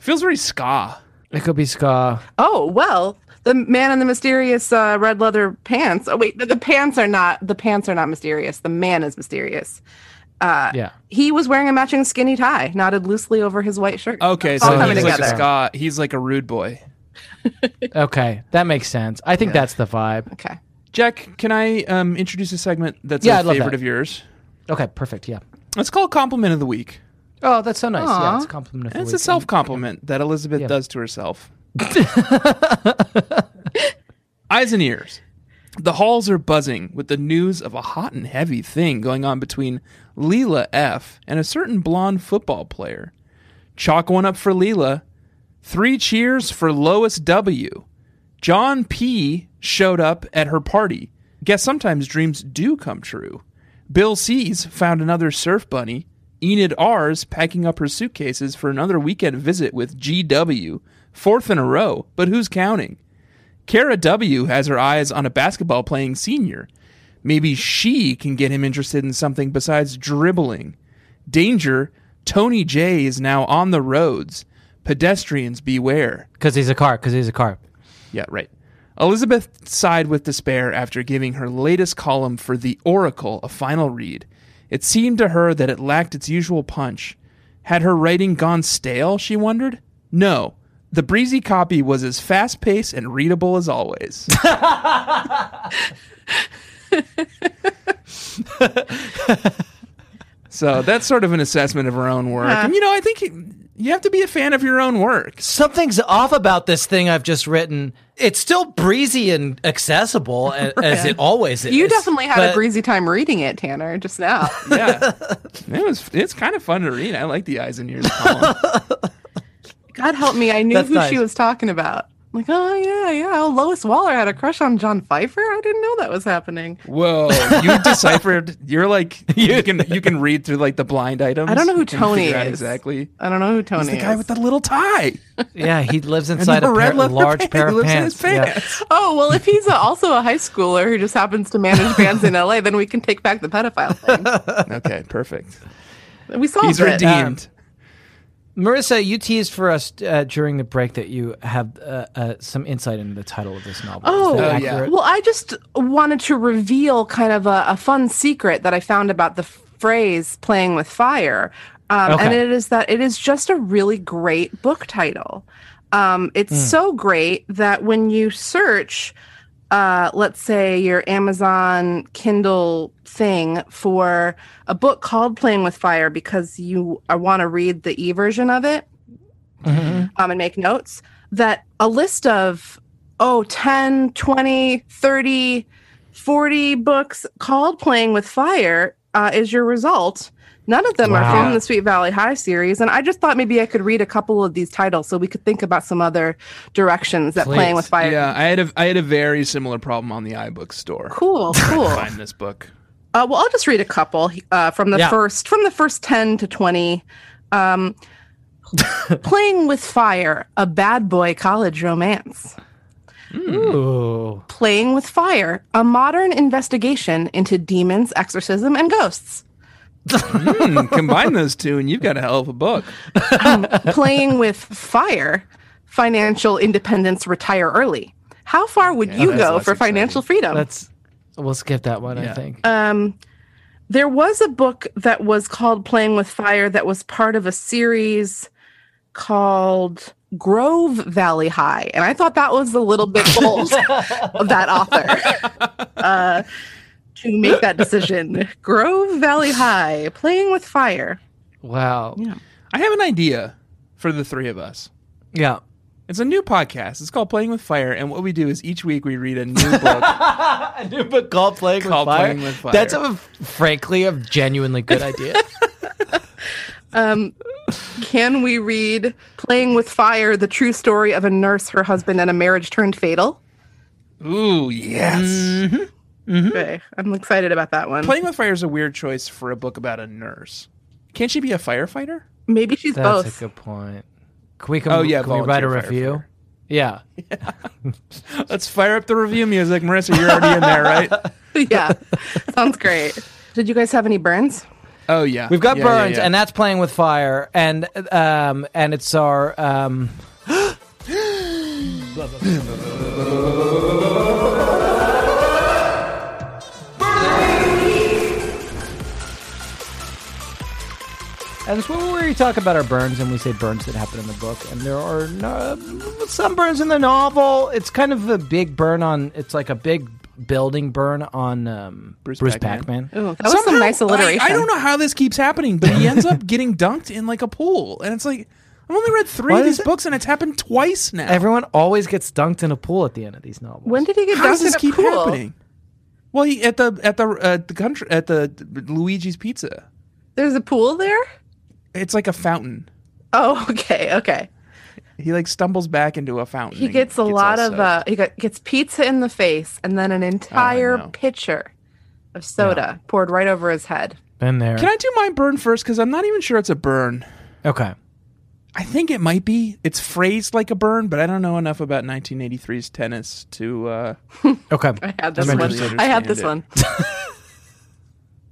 Speaker 5: Feels very ska.
Speaker 2: it could be ska.
Speaker 4: Oh well, the man in the mysterious uh, red leather pants. Oh wait, the, the pants are not the pants are not mysterious. The man is mysterious.
Speaker 2: yeah.
Speaker 4: He was wearing a matching skinny tie knotted loosely over his white shirt.
Speaker 5: Okay,
Speaker 4: It's all
Speaker 5: so
Speaker 4: coming
Speaker 5: he's like a
Speaker 4: together.
Speaker 5: ska. He's like a rude boy.
Speaker 2: Okay, that makes sense. I think that's the vibe.
Speaker 4: Okay.
Speaker 5: Jack, can I um, introduce a segment that's
Speaker 2: Yeah,
Speaker 5: a
Speaker 2: I'd love
Speaker 5: favorite
Speaker 2: that.
Speaker 5: of yours?
Speaker 2: Okay, perfect. Yeah.
Speaker 5: Let's call compliment of the week.
Speaker 2: Oh, that's so nice. Yeah,
Speaker 4: Aw.
Speaker 2: it's a compliment. Of the
Speaker 5: And it's a
Speaker 2: week.
Speaker 5: self compliment that Elizabeth does to herself. Eyes and ears. The halls are buzzing with the news of a hot and heavy thing going on between Leela F and a certain blonde football player. Chalk one up for Leela. Three cheers for Lois W. John P showed up at her party. Guess sometimes dreams do come true. Bill C's found another surf bunny. Enid R's packing up her suitcases for another weekend visit with GW, fourth in a row, but who's counting? Kara W has her eyes on a basketball playing senior. Maybe she can get him interested in something besides dribbling. Danger, Tony J is now on the roads. Pedestrians beware.
Speaker 2: because he's a car. Because he's a car.
Speaker 5: Yeah, right. Elizabeth sighed with despair after giving her latest column for The Oracle a final read. It seemed to her that it lacked its usual punch. Had her writing gone stale, she wondered? No. The breezy copy was as fast paced and readable as always. so that's sort of an assessment of her own work. And you know, I think you, you have to be a fan of your own work.
Speaker 2: Something's off about this thing I've just written. It's still breezy and accessible a- as it always is.
Speaker 4: You definitely had a
Speaker 2: but-
Speaker 4: breezy time reading it, Tanner, just now.
Speaker 5: yeah, it was. It's kind of fun to read. I like the eyes and ears column.
Speaker 4: God help me, I knew
Speaker 2: That's
Speaker 4: who she
Speaker 2: nice.
Speaker 4: was talking about. I'm like, oh yeah, yeah. Oh, Lois Waller had a crush on John Pfeiffer. I didn't know that was happening.
Speaker 5: Whoa, you deciphered. You're like you can you can read through like the blind items.
Speaker 4: I don't know who
Speaker 5: and figure
Speaker 4: Tony
Speaker 5: out
Speaker 4: is.
Speaker 5: exactly.
Speaker 4: I don't know who Tony
Speaker 5: He's the guy
Speaker 4: is.
Speaker 5: with the little tie
Speaker 2: Yeah, he lives
Speaker 5: and
Speaker 2: inside
Speaker 5: the
Speaker 2: a
Speaker 5: red
Speaker 2: pair,
Speaker 5: leather
Speaker 2: large
Speaker 5: pant.
Speaker 2: pair
Speaker 5: He
Speaker 2: of
Speaker 5: lives in
Speaker 2: pants.
Speaker 5: his
Speaker 2: Yeah.
Speaker 5: pants.
Speaker 4: Oh well, if he's a, also a high schooler who just happens to manage bands in LA, then we can take back the pedophile thing.
Speaker 5: okay, perfect.
Speaker 4: We solved
Speaker 5: He's
Speaker 4: it.
Speaker 5: redeemed.
Speaker 2: Marissa, you teased for us uh, during the break that you have uh, uh, some insight into the title of this novel.
Speaker 4: Oh,
Speaker 2: Is that
Speaker 5: Oh, yeah.
Speaker 2: accurate?
Speaker 4: Well, I just wanted to reveal kind of a, a fun secret that I found about the phrase playing with fire. Um, And
Speaker 2: Okay.
Speaker 4: it is that it is just a really great book title. Um, it's so great that when you search, uh, let's say your Amazon Kindle thing for a book called Playing with Fire because you want to read the e version of it um, and make notes, that a list of, oh, 10, 20, 30, 40 books called Playing with Fire uh, is your result. None of them are
Speaker 2: Wow.
Speaker 4: from the Sweet Valley High series. And I just thought maybe I could read a couple of these titles so we could think about some other directions that Playing with
Speaker 2: Please.
Speaker 4: Fire.
Speaker 5: Yeah, I had a I had a very similar problem on the iBook store.
Speaker 4: Cool, cool.
Speaker 5: Find this book.
Speaker 4: Uh, well, I'll just read a couple uh, from the
Speaker 2: Yeah.
Speaker 4: first from the first ten to twenty. Um, Playing with Fire, a bad boy college romance.
Speaker 2: Ooh.
Speaker 4: Playing with Fire, a modern investigation into demons, exorcism, and ghosts.
Speaker 5: Hmm, combine those two, and you've got a hell of a book.
Speaker 4: Um, Playing with Fire, financial independence, retire early. How far would you
Speaker 5: Oh, that's
Speaker 4: go
Speaker 5: less
Speaker 4: for financial freedom?
Speaker 1: That's we'll skip that one. I
Speaker 5: Yeah.
Speaker 1: think.
Speaker 4: there was a book that was called Playing with Fire that was part of a series called Grove Valley High. And I thought that was a little bit bold of that author uh, to make that decision. Grove Valley High, Playing with Fire.
Speaker 1: wow.
Speaker 5: I have an idea for the three of us.
Speaker 2: Yeah.
Speaker 5: It's a new podcast. It's called Playing with Fire, and what we do is each week we read a new book.
Speaker 2: I knew, but call playing
Speaker 5: Call
Speaker 2: with fire.
Speaker 5: Playing with Fire.
Speaker 2: That's a frankly a genuinely good idea.
Speaker 4: Can we read Playing with Fire, the true story of a nurse, her husband, and a marriage turned fatal?
Speaker 5: Ooh, yes. Hmm.
Speaker 4: Okay, I'm excited about that one.
Speaker 5: Mm-hmm. Playing with Fire is a weird choice for a book about a nurse. Can't she be a firefighter?
Speaker 4: Maybe she's
Speaker 1: That's
Speaker 4: both.
Speaker 1: a good point. Can we come?
Speaker 5: Oh, yeah,
Speaker 1: Can we write a
Speaker 5: volunteer
Speaker 1: review? Yeah.
Speaker 5: Let's fire up the review music. Marissa, you're already in there, right?
Speaker 4: yeah, sounds great. Did you guys have any burns?
Speaker 5: Oh, yeah.
Speaker 2: We've got
Speaker 5: Yeah, yeah,
Speaker 2: Burns,
Speaker 5: yeah.
Speaker 2: and that's playing with fire, and um, and it's our um. And it's where we talk about our burns, and we say burns that happen in the book, and there are no, some burns in the novel. It's kind of a big burn on. It's like a big building burn on um, Bruce,
Speaker 5: Bruce
Speaker 2: Pac-Man.
Speaker 5: Pac-Man.
Speaker 4: Ooh, Oh, that was some nice
Speaker 5: Somehow,
Speaker 4: alliteration.
Speaker 5: I, I don't know how this keeps happening, but he ends up getting dunked in like a pool. And it's like, I've only read three
Speaker 2: Why
Speaker 5: of
Speaker 2: does
Speaker 5: these
Speaker 2: it-
Speaker 5: books, and it's happened twice now.
Speaker 2: Everyone always gets dunked in a pool at the end of these novels.
Speaker 4: When did he get
Speaker 5: how
Speaker 4: dunked
Speaker 5: does
Speaker 4: in
Speaker 5: this
Speaker 4: a
Speaker 5: keep
Speaker 4: pool?
Speaker 5: happening? Well, he, at the at the uh, the country at the Luigi's Pizza,
Speaker 4: There's a pool there.
Speaker 5: it's like a fountain.
Speaker 4: Oh, okay, okay.
Speaker 5: He like stumbles back into a fountain.
Speaker 4: He
Speaker 5: and
Speaker 4: gets a
Speaker 5: all
Speaker 4: lot of
Speaker 5: soaked.
Speaker 4: uh, he got, gets pizza in the face, and then an entire
Speaker 5: no.
Speaker 4: pitcher of soda poured right over his head.
Speaker 1: Been there.
Speaker 5: Can I do my burn first? Because I'm not even sure it's a burn.
Speaker 1: okay.
Speaker 5: I think it might be. It's phrased like a burn, but I don't know enough about 1983's tennis to uh,
Speaker 1: Okay.
Speaker 4: I had this
Speaker 5: Doesn't
Speaker 4: one.
Speaker 5: really
Speaker 4: I had
Speaker 5: understand
Speaker 4: this
Speaker 5: it.
Speaker 4: one.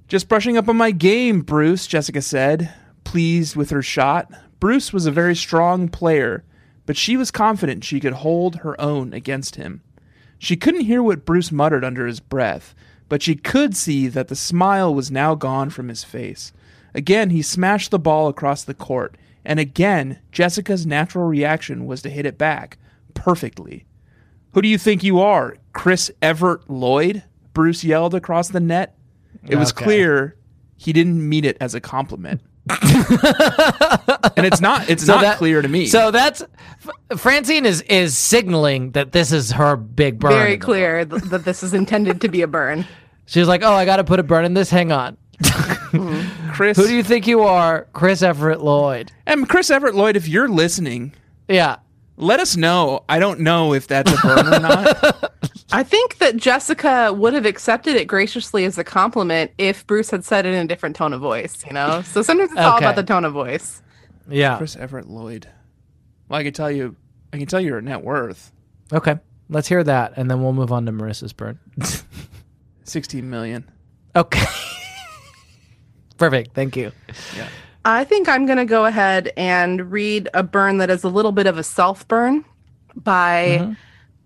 Speaker 5: Just brushing up on my game, Bruce, Jessica said, pleased with her shot. Bruce was a very strong player, but she was confident she could hold her own against him. She couldn't hear what Bruce muttered under his breath, but she could see that the smile was now gone from his face. Again, he smashed the ball across the court, and again, Jessica's natural reaction was to hit it back perfectly. Who do you think you are, Chris Everett Lloyd? Bruce yelled across the net. It was
Speaker 1: Okay.
Speaker 5: clear he didn't mean it as a compliment. and it's not it's not
Speaker 1: that-
Speaker 5: clear to me.
Speaker 1: So that's F- Francine is is signaling that this is her big burn.
Speaker 4: Very clear th- that this is intended to be a burn.
Speaker 1: She's like, "Oh, I got to put a burn in this. Hang on.
Speaker 5: Chris
Speaker 1: Who do you think you are, Chris Everett Lloyd?"
Speaker 5: and Chris Everett Lloyd, if you're listening,
Speaker 1: Yeah.
Speaker 5: let us know. I don't know if that's a burn or not.
Speaker 4: I think that Jessica would have accepted it graciously as a compliment if Bruce had said it in a different tone of voice. You know, so sometimes it's all
Speaker 1: Okay.
Speaker 4: about the tone of voice.
Speaker 1: Yeah.
Speaker 5: Chris Everett Lloyd. Well, I can tell you I can tell your net worth.
Speaker 1: Okay. Let's hear that, and then we'll move on to Marissa's burn.
Speaker 5: Sixteen million.
Speaker 1: Okay. Perfect. Thank you.
Speaker 4: I think I'm going to go ahead and read a burn that is a little bit of a self burn by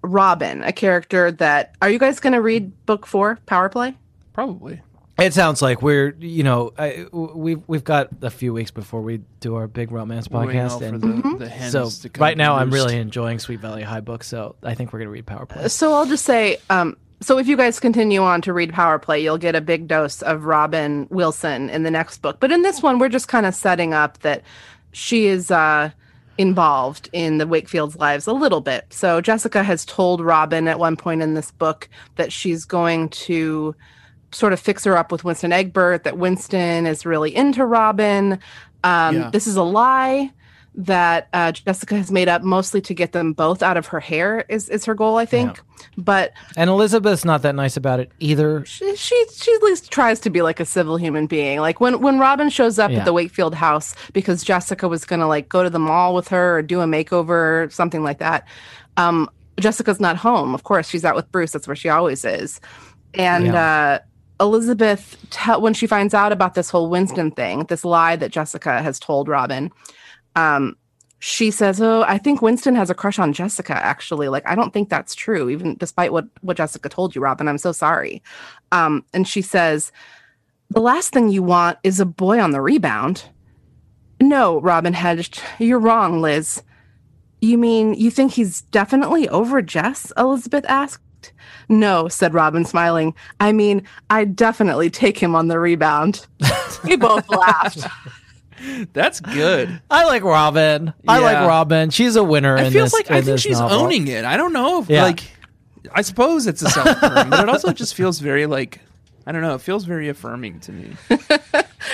Speaker 4: Robin, a character that. Are you guys going to read book four, Power Play?
Speaker 5: Probably.
Speaker 2: It sounds like we're, you know, I, we've we've got a few weeks before we do our big romance
Speaker 5: Waiting out
Speaker 1: Podcast
Speaker 5: for
Speaker 1: and-
Speaker 5: the-
Speaker 2: Mm-hmm.
Speaker 5: the hens
Speaker 1: So
Speaker 5: to come
Speaker 1: right now,
Speaker 5: to
Speaker 1: I'm
Speaker 5: roost.
Speaker 1: really enjoying Sweet Valley High book. So I think we're gonna read Power Play.
Speaker 4: So I'll just say um, so if you guys continue on to read Power Play, you'll get a big dose of Robin Wilson in the next book. But in this one, we're just kind of setting up that she is uh, involved in the Wakefield's lives a little bit. So Jessica has told Robin at one point in this book that she's going to sort of fix her up with Winston Egbert, that Winston is really into Robin. Um,
Speaker 5: Yeah.
Speaker 4: This is a lie. that uh, Jessica has made up mostly to get them both out of her hair is is her goal, I think. But
Speaker 2: And Elizabeth's not that nice about it either.
Speaker 4: she, she she at least tries to be like a civil human being. Like when when Robin shows up
Speaker 2: Yeah.
Speaker 4: at the Wakefield house because Jessica was gonna like go to the mall with her or do a makeover or something like that. Um, Jessica's not home, of course. She's out with Bruce. That's where she always is. And uh, Elizabeth, te- when she finds out about this whole Winston thing, this lie that Jessica has told Robin, um, she says, "Oh, I think Winston has a crush on Jessica. Actually, like I don't think that's true. Even despite what what Jessica told you, Robin, I'm so sorry." Um, and she says, "The last thing you want is a boy on the rebound." No, Robin hedged. You're wrong, Liz. You mean you think he's definitely over Jess? Elizabeth asked. No, said Robin, smiling. I mean, I definitely take him on the rebound. we both laughed.
Speaker 5: That's good.
Speaker 2: I like Robin. I like
Speaker 5: Yeah.
Speaker 2: Robin. She's a winner.
Speaker 5: I
Speaker 2: in
Speaker 5: feel
Speaker 2: this-
Speaker 5: like
Speaker 2: in
Speaker 5: I think
Speaker 2: this
Speaker 5: she's
Speaker 2: novel.
Speaker 5: owning it. I don't know if
Speaker 2: Yeah.
Speaker 5: like I suppose it's a self term, but it also just feels very like I don't know, it feels very affirming to me.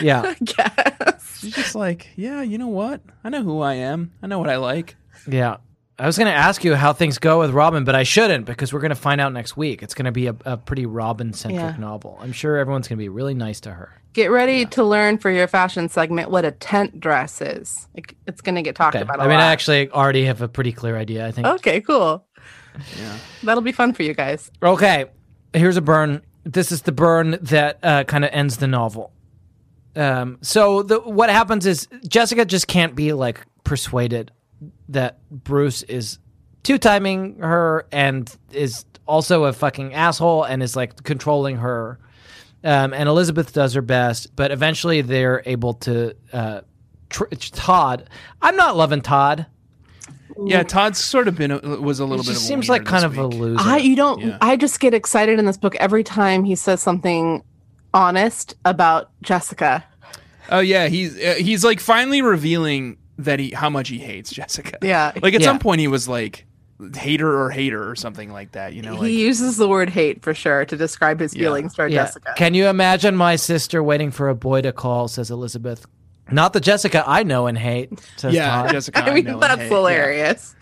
Speaker 2: Yeah,
Speaker 4: Yes.
Speaker 5: She's just like, yeah, you know what? I know who I am. I know what I like.
Speaker 2: yeah. I was going to ask you how things go with Robin, but I shouldn't because we're going to find out next week. It's going to be a, a pretty Robin centric
Speaker 4: Yeah.
Speaker 2: novel. I'm sure everyone's going to be really nice to her.
Speaker 4: Get ready to learn for your fashion segment what a tent dress is. Like, it's going to get talked
Speaker 2: Okay.
Speaker 4: about a
Speaker 2: I mean,
Speaker 4: lot.
Speaker 2: I actually already have a pretty clear idea. I think.
Speaker 4: Okay, cool. That'll be fun for you guys.
Speaker 2: Okay, here's a burn. This is the burn that uh, kind of ends the novel. Um, so the, what happens is Jessica just can't be like persuaded that Bruce is two timing her and is also a fucking asshole and is like controlling her. Um, and Elizabeth does her best, but eventually they're able to. Uh, tr- Todd, I'm not loving Todd.
Speaker 5: Yeah, Todd's sort of been a, was a
Speaker 2: He
Speaker 5: little bit.
Speaker 2: just
Speaker 5: of a
Speaker 2: seems
Speaker 5: wiener
Speaker 2: like kind of
Speaker 5: this
Speaker 2: a
Speaker 5: week.
Speaker 2: loser.
Speaker 4: I you don't
Speaker 5: Yeah.
Speaker 4: I just get excited in this book every time he says something honest about Jessica.
Speaker 5: Oh yeah, he's uh, he's like finally revealing that he how much he hates Jessica.
Speaker 4: Yeah.
Speaker 5: like at
Speaker 2: Yeah.
Speaker 5: some point he was like hater or hater or something like that. You know, like,
Speaker 4: he uses the word hate for sure to describe his feelings toward
Speaker 2: Yeah.
Speaker 4: Jessica.
Speaker 2: Can you imagine my sister waiting for a boy to call? Says Elizabeth. Not the Jessica I know and hate. Says
Speaker 5: yeah,
Speaker 2: Todd.
Speaker 5: Jessica.
Speaker 4: I mean,
Speaker 5: know,
Speaker 4: that's
Speaker 5: hey,
Speaker 4: hilarious.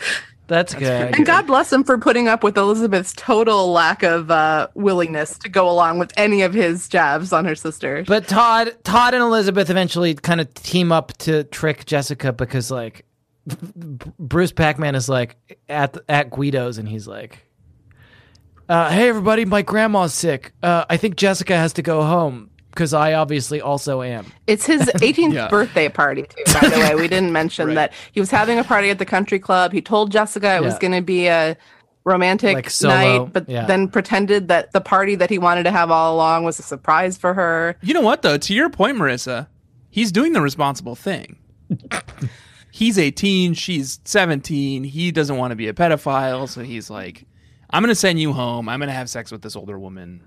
Speaker 2: that's
Speaker 5: pretty
Speaker 2: good.
Speaker 4: And God bless him for putting up with Elizabeth's total lack of uh, willingness to go along with any of his jabs on her sister.
Speaker 2: But Todd, Todd and Elizabeth eventually kind of team up to trick Jessica because like Bruce Pac-Man is like at at Guido's and he's like, uh, "Hey everybody, my grandma's sick. Uh, I think Jessica has to go home because I obviously also am."
Speaker 4: It's his 18th
Speaker 5: Yeah.
Speaker 4: birthday party, too, by the way. We didn't mention that he was having a party at the country club. He told Jessica it was
Speaker 2: Yeah.
Speaker 4: going to be a romantic
Speaker 2: Like solo,
Speaker 4: night, but
Speaker 2: yeah.
Speaker 4: then pretended that the party that he wanted to have all along was a surprise for her.
Speaker 5: You know what though? To your point, Marissa, he's doing the responsible thing. he's 18, she's 17. He doesn't want to be a pedophile, so he's like, "I'm gonna send you home. I'm gonna have sex with this older woman."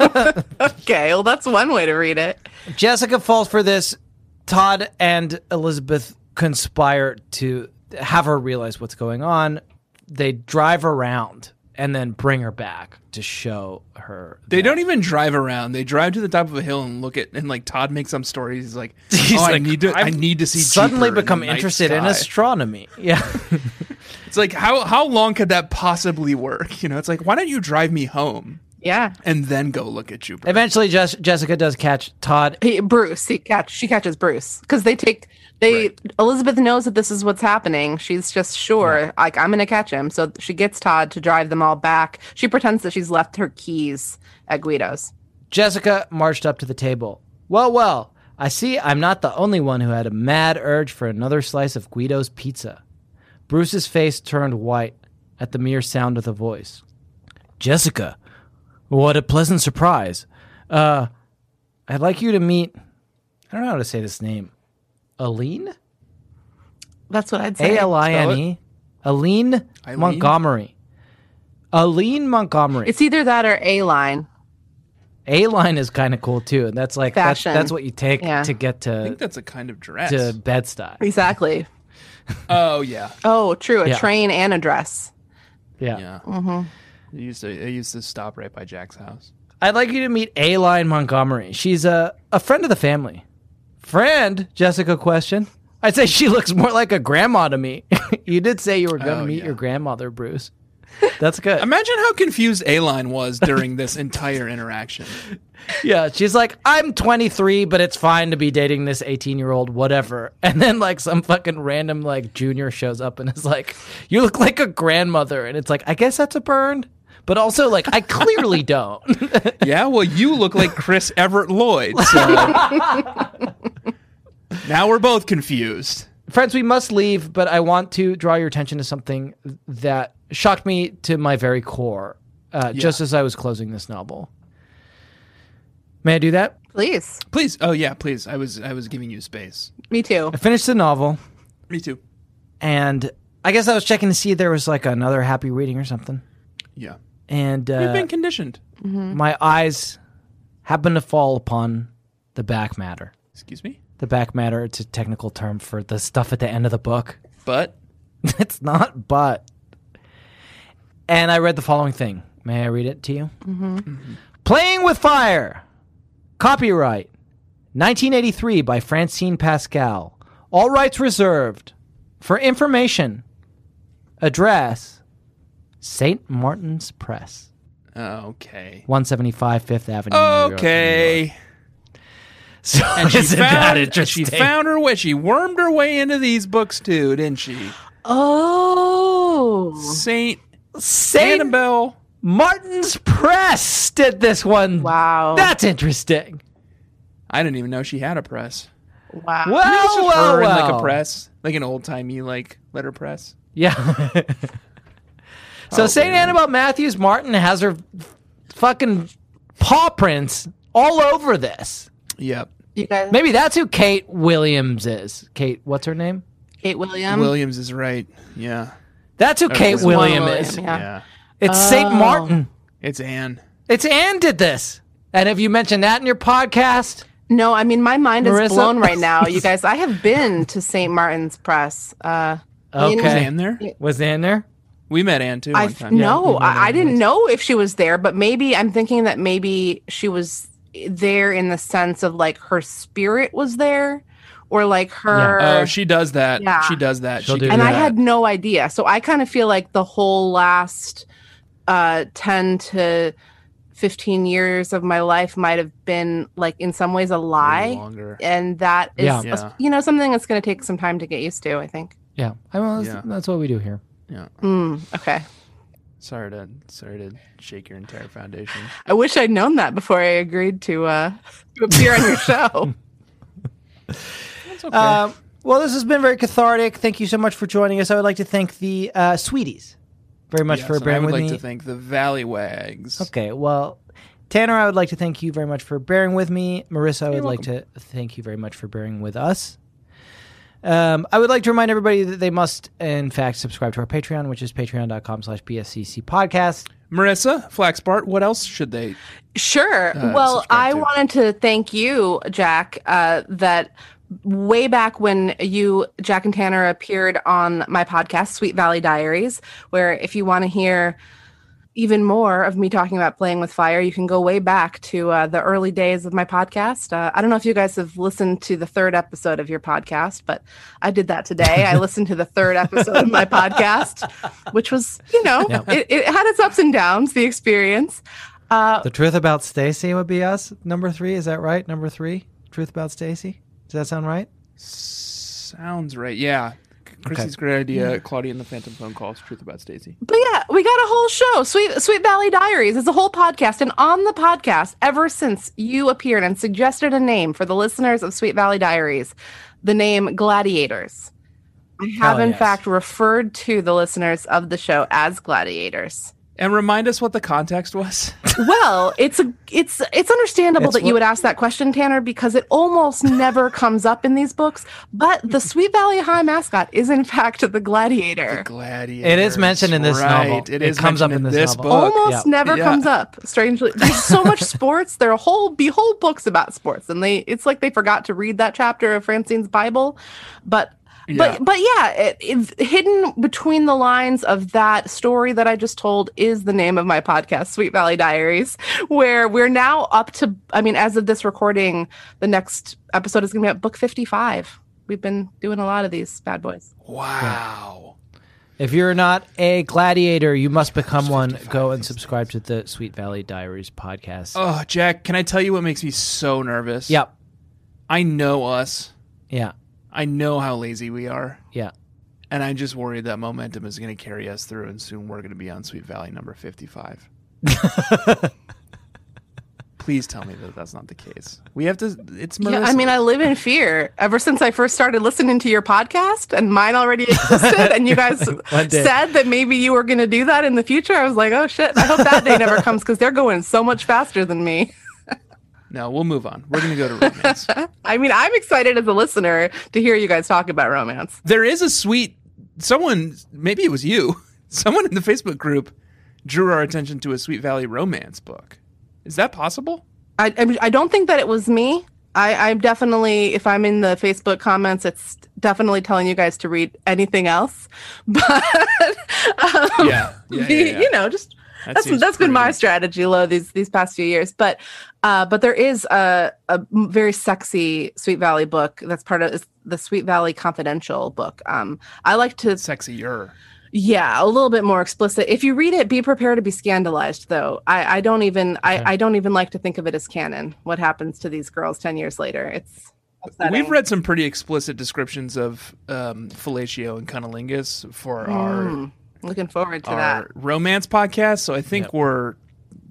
Speaker 4: Okay, well, that's one way to read it.
Speaker 2: Jessica falls for this. Todd and Elizabeth conspire to have her realize what's going on. They drive around and then bring her back to show her.
Speaker 5: They don't even drive around. They drive to the top of a hill and look at and like Todd makes some stories. He's like, "Oh, I
Speaker 2: like,
Speaker 5: need to. i
Speaker 2: I've
Speaker 5: need to see."
Speaker 2: suddenly
Speaker 5: Jupiter in the
Speaker 2: become
Speaker 5: night
Speaker 2: interested in
Speaker 5: sky."
Speaker 2: astronomy. Yeah.
Speaker 5: It's like how how long could that possibly work? You know, it's like why don't you drive me home
Speaker 4: Yeah.
Speaker 5: and then go look at Jupiter?
Speaker 2: Eventually, Jess- Jessica does catch Todd.
Speaker 4: He, Bruce, he catch she catches Bruce because they take they Elizabeth knows that this is what's happening. She's just sure, like I'm gonna catch him. So she gets Todd to drive them all back. She pretends that she's left her keys at Guido's.
Speaker 2: Jessica marched up to the table. Well, well, I see I'm not the only one who had a mad urge for another slice of Guido's pizza. Bruce's face turned white at the mere sound of the voice. Jessica, what a pleasant surprise. Uh, I'd like you to meet. I don't know how to say this name. Aline?
Speaker 4: That's what I'd say.
Speaker 2: A L I N E. Aline
Speaker 5: Eileen?
Speaker 2: Montgomery. Aline Montgomery.
Speaker 4: It's either that or A line.
Speaker 2: A line is kind of cool too. And that's like, that's,
Speaker 4: Fashion.
Speaker 2: that's what you take
Speaker 4: Yeah.
Speaker 2: to get to.
Speaker 5: I think that's a kind of dress.
Speaker 2: to Bed-Stuy.
Speaker 4: Exactly.
Speaker 5: Oh yeah,
Speaker 4: Oh, true. A
Speaker 2: Yeah.
Speaker 4: train and a dress.
Speaker 2: Yeah.
Speaker 5: yeah. They used to they used to stop right by Jack's house.
Speaker 2: I'd like you to meet Aileen Montgomery. She's a, a friend of the family. Friend? Jessica questioned. I'd say she looks more like a grandma to me. you did say you were going to
Speaker 5: Oh,
Speaker 2: meet
Speaker 5: yeah.
Speaker 2: your grandmother, Bruce. That's good.
Speaker 5: Imagine how confused Aline was during this entire interaction.
Speaker 2: yeah, she's like, I'm 23, but it's fine to be dating this 18 year old, whatever. And then like some fucking random like junior shows up and is like, you look like a grandmother, and it's like, I guess that's a burn, but also like I clearly don't.
Speaker 5: Yeah, well, you look like Chris Everett Lloyd. So now we're both confused.
Speaker 2: Friends, we must leave, but I want to draw your attention to something that shocked me to my very core uh, just as I was closing this novel. May I do that?
Speaker 4: Please.
Speaker 5: Please, oh yeah, please. I was I was giving you space.
Speaker 4: Me too.
Speaker 2: I finished the novel.
Speaker 5: Me too.
Speaker 2: and I guess I was checking to see if there was like another happy reading or something.
Speaker 5: Yeah,
Speaker 2: And
Speaker 5: we've
Speaker 2: uh,
Speaker 5: been conditioned.
Speaker 2: my eyes happened to fall upon the back matter.
Speaker 5: Excuse me,
Speaker 2: The back matter, it's a technical term for the stuff at the end of the book.
Speaker 5: but
Speaker 2: it's not but. And I read the following thing. May I read it to you?
Speaker 5: Mm-hmm.
Speaker 2: Playing with Fire. Copyright 1983 by Francine Pascal. All rights reserved. For information, address St. Martin's Press,
Speaker 5: uh, okay,
Speaker 2: 175 Fifth Avenue. New York, New York.
Speaker 5: okay.
Speaker 2: So
Speaker 5: And she
Speaker 2: isn't
Speaker 5: found
Speaker 2: that
Speaker 5: and she
Speaker 2: interesting?
Speaker 5: found her way. She wormed her way into these books too, didn't she?
Speaker 4: Oh.
Speaker 5: Saint
Speaker 2: St.
Speaker 5: Annabelle.
Speaker 2: Martin's Press did this one.
Speaker 4: Wow.
Speaker 2: That's interesting.
Speaker 5: I didn't even know she had a press.
Speaker 4: wow.
Speaker 2: Well, well,
Speaker 5: her in
Speaker 2: Oh, well.
Speaker 5: like a press, like an old timey like letter press.
Speaker 2: Yeah.
Speaker 5: Oh,
Speaker 2: so St. Annabelle Matthews Martin has her fucking paw prints all over this.
Speaker 5: Yep.
Speaker 4: You guys,
Speaker 2: Maybe that's who Kate Williams is. Kate, what's her name?
Speaker 4: Kate Williams.
Speaker 5: Williams is right. Yeah.
Speaker 2: That's who Kate
Speaker 5: it's Juan
Speaker 2: Williams
Speaker 4: William,
Speaker 2: is.
Speaker 4: yeah.
Speaker 2: It's
Speaker 5: Oh.
Speaker 2: St. Martin.
Speaker 5: It's Anne.
Speaker 2: It's Anne did this. And have you mentioned that in your podcast?
Speaker 4: No, I mean my mind is
Speaker 2: Marissa?
Speaker 4: blown right now, you guys. I have been to St. Martin's Press. Uh,
Speaker 2: Okay.
Speaker 4: know-
Speaker 5: Was Anne there?
Speaker 2: Was Anne there?
Speaker 5: We met Anne too.
Speaker 4: I
Speaker 5: One
Speaker 4: f-
Speaker 5: time.
Speaker 4: no, I, I didn't know if she was there, but maybe I'm thinking that maybe she was there in the sense of like her spirit was there, or like her.
Speaker 5: Oh, she does that.
Speaker 4: Yeah.
Speaker 5: She does that.
Speaker 2: She'll
Speaker 5: she
Speaker 2: do
Speaker 5: can
Speaker 4: and
Speaker 2: that.
Speaker 4: I
Speaker 2: Yeah.
Speaker 4: had no idea. So I kind of feel like the whole last uh, 10 to 15 years of my life might have been like in some ways a
Speaker 5: Maybe
Speaker 4: lie.
Speaker 5: Longer.
Speaker 4: And that is,
Speaker 2: Yeah.
Speaker 5: Yeah.
Speaker 4: you know, something that's going to take some time to get used to, I think.
Speaker 2: Yeah. I, well,
Speaker 5: Yeah.
Speaker 2: that's, that's what we do here.
Speaker 4: Mm, okay.
Speaker 5: Sorry to sorry to shake your entire foundation.
Speaker 4: I wish I'd known that before I agreed to, uh, to appear on your show.
Speaker 2: Um, well, this has been very cathartic. Thank you so much for joining us. I would like to thank the uh, Sweeties very much
Speaker 5: Yes,
Speaker 2: for
Speaker 5: and
Speaker 2: bearing
Speaker 5: I would
Speaker 2: with
Speaker 5: like
Speaker 2: me.
Speaker 5: to thank the Valley Wags.
Speaker 2: Okay, well, Tanner, I would like to thank you very much for bearing with me. Marissa, I would like to thank you very much for bearing with us. Um, I would like to remind everybody that they must, in fact, subscribe to our Patreon, which is patreon.com slash BSCC podcast.
Speaker 5: Marissa, Flaxbart, what else should they
Speaker 4: Sure. well,
Speaker 5: Uh, subscribe
Speaker 4: I
Speaker 5: to.
Speaker 4: wanted to thank you, Jack, uh, that way back when you, Jack and Tanner, appeared on my podcast, Sweet Valley Diaries, where if you want to hear even more of me talking about playing with fire, you can go way back to uh, the early days of my podcast. Uh, I don't know if you guys have listened to the third episode of your podcast, but I did that today. I listened to the third episode of my podcast, which was, you know, it, it had its ups and downs, the experience. Uh,
Speaker 2: The truth about Stacy would be us, number three. Is that right? Number three? Truth about Stacy? Does that sound right?
Speaker 5: sounds right? Yeah. Chrissy's great idea, Claudia and the Phantom Phone Calls, Truth About Stacy.
Speaker 4: But yeah, we got a whole show, Sweet Sweet Valley Diaries. It's a whole podcast, and on the podcast, ever since you appeared and suggested a name for the listeners of Sweet Valley Diaries, the name Gladiators. I have
Speaker 2: Hell
Speaker 4: in
Speaker 2: yes.
Speaker 4: fact referred to the listeners of the show as Gladiators.
Speaker 5: And remind us what the context was.
Speaker 4: Well, it's a it's it's understandable
Speaker 2: It's
Speaker 4: that you
Speaker 2: what-
Speaker 4: would ask that question, Tanner, because it almost never comes up in these books. But the Sweet Valley High mascot is in fact the Gladiator.
Speaker 5: Gladiator.
Speaker 2: It is mentioned in this
Speaker 5: right.
Speaker 2: novel. It
Speaker 5: It, is
Speaker 2: comes up
Speaker 5: mentioned
Speaker 2: in
Speaker 5: in
Speaker 2: this
Speaker 5: this
Speaker 2: novel.
Speaker 5: book.
Speaker 4: almost
Speaker 2: yeah.
Speaker 4: never
Speaker 5: Yeah.
Speaker 4: comes up strangely there's so much sports there are whole be whole books about sports and they it's like they forgot to read that chapter of francine's bible but
Speaker 2: Oh,
Speaker 5: Yeah.
Speaker 4: but but yeah it, it, hidden between the lines of that story that i just told is the name of my podcast sweet valley diaries where we're now up to i mean as of this recording the next episode is going to be at book 55 We've been doing a lot of these bad boys.
Speaker 5: Wow.
Speaker 2: If you're not a gladiator, you must become one. Go and subscribe to the Sweet Valley Diaries podcast.
Speaker 5: Oh, Jack, can I tell you what makes me so nervous?
Speaker 2: Yep.
Speaker 5: I know us.
Speaker 2: Yeah.
Speaker 5: I know how lazy we are.
Speaker 2: Yeah.
Speaker 5: And I just worry that momentum is going to carry us through, and soon we're going to be on Sweet Valley number 55. Please tell me that that's not the case. We have to, it's Marissa.
Speaker 4: Yeah, I mean, I live in fear ever since I first started listening to your podcast, and mine already existed. And you guys
Speaker 2: One day.
Speaker 4: said that maybe you were going to do that in the future. I was like, oh shit! I hope that day never comes because they're going so much faster than me.
Speaker 5: no, we'll move on. We're going to go to romance.
Speaker 4: I mean, I'm excited as a listener to hear you guys talk about romance.
Speaker 5: there is a sweet, someone, maybe it was you, someone in the Facebook group drew our attention to a Sweet Valley romance book. Is that possible?
Speaker 4: I I'm- I don't think that it was me. I, I'm definitely, if I'm in the Facebook comments, it's definitely telling you guys to read anything else. But um,
Speaker 5: Yeah. Yeah.
Speaker 4: the- you know, just
Speaker 5: That
Speaker 4: that's
Speaker 5: seems
Speaker 4: that's been my
Speaker 5: prudent.
Speaker 4: strategy, low these these past few years. But uh, but there is a a m- very sexy Sweet Valley book that's part of it's the Sweet Valley Confidential book. Um, I like to
Speaker 5: Sexier.
Speaker 4: yeah, a little bit more explicit. If you read it, be prepared to be scandalized, though. I, I don't even I, I don't even like to think of it as canon. What happens to these girls ten years later? It's upsetting.
Speaker 5: We've read some pretty explicit descriptions of um, fellatio and cunnilingus for
Speaker 4: Mm, looking forward to
Speaker 5: our
Speaker 4: that.
Speaker 5: our romance podcast, so I think we're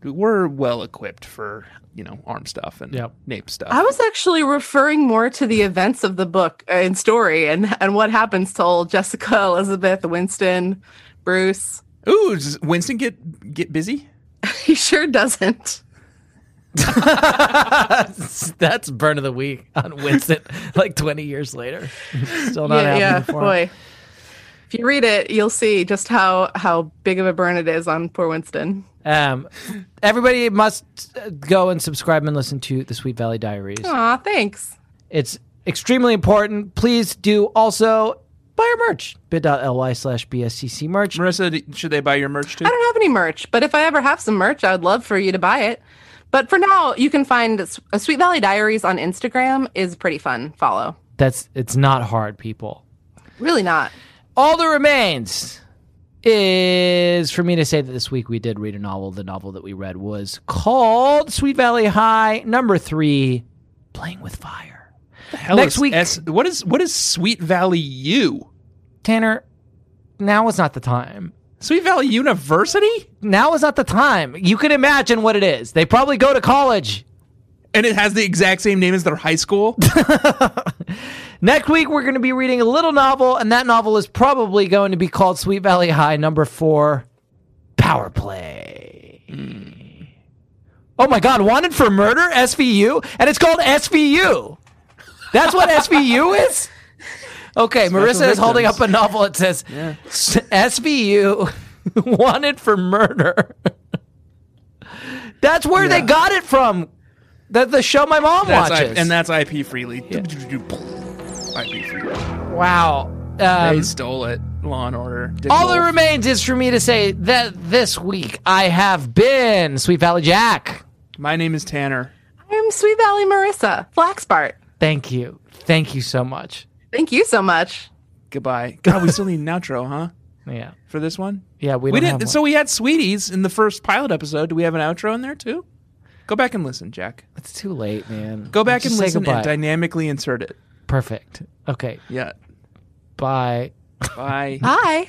Speaker 5: we're well equipped for you know arm stuff and
Speaker 2: Yep.
Speaker 5: nape stuff.
Speaker 4: I was actually referring more to the events of the book uh, and story, and and what happens to old Jessica, Elizabeth, Winston, Bruce.
Speaker 5: Ooh, does Winston get get busy?
Speaker 4: He sure doesn't.
Speaker 2: That's burn of the week on Winston, like 20 years later. Still not happening for him.
Speaker 4: boy. If you read it, you'll see just how how big of a burn it is on poor Winston.
Speaker 2: Um, everybody must uh, go and subscribe and listen to the Sweet Valley Diaries.
Speaker 4: Aw, thanks.
Speaker 2: It's extremely important. Please do also buy our merch. bit.ly slash BSCC merch.
Speaker 5: Marissa, d- should they buy your merch too?
Speaker 4: I don't have any merch, but if I ever have some merch, I would love for you to buy it. But for now, you can find S- uh, Sweet Valley Diaries on Instagram is pretty fun. Follow.
Speaker 2: That's It's not hard, people.
Speaker 4: Really not.
Speaker 2: All that remains is for me to say that this week we did read a novel. The novel that we read was called Sweet Valley High, number three, Playing with Fire.
Speaker 5: Hell,
Speaker 2: Next
Speaker 5: it's
Speaker 2: week-
Speaker 5: S- what is what is Sweet Valley U?
Speaker 2: Tanner, now is not the time.
Speaker 5: Sweet Valley University,
Speaker 2: Now is not the time. You can imagine what it is. They probably go to college.
Speaker 5: and it has the exact same name as their high school.
Speaker 2: Next week, we're going to be reading a little novel, and that novel is probably going to be called Sweet Valley High, number four, Power Play. Oh my God, Wanted for Murder, SVU, and it's called SVU. That's what SVU is? Okay, Marissa is holding up
Speaker 5: victims.
Speaker 2: a novel. It says "S- SVU, Wanted for Murder. That's where they got it from. That the show my mom
Speaker 5: That's I-
Speaker 2: watches.
Speaker 5: and that's IP freely. IP freely.
Speaker 2: wow. Um,
Speaker 5: They stole it. Law and Order. Dick
Speaker 2: All
Speaker 5: Wolf.
Speaker 2: that remains is for me to say that this week I have been Sweet Valley Jack.
Speaker 5: My name is Tanner.
Speaker 4: I'm Sweet Valley Marissa Flaxbart.
Speaker 2: Thank you. Thank you so much.
Speaker 4: Thank you so much.
Speaker 5: Goodbye. God, we still need an outro, huh?
Speaker 2: Yeah.
Speaker 5: For this one,
Speaker 2: Yeah, we,
Speaker 5: we
Speaker 2: don't have
Speaker 5: didn't.
Speaker 2: one.
Speaker 5: So we had Sweeties in the first pilot episode. Do we have an outro in there too? Go back and listen, Jack.
Speaker 2: it's too late, man.
Speaker 5: Go back
Speaker 2: Just
Speaker 5: and
Speaker 2: say
Speaker 5: listen
Speaker 2: goodbye.
Speaker 5: and dynamically insert it.
Speaker 2: Perfect. Okay.
Speaker 5: Yeah.
Speaker 2: Bye.
Speaker 5: Bye.
Speaker 4: Bye.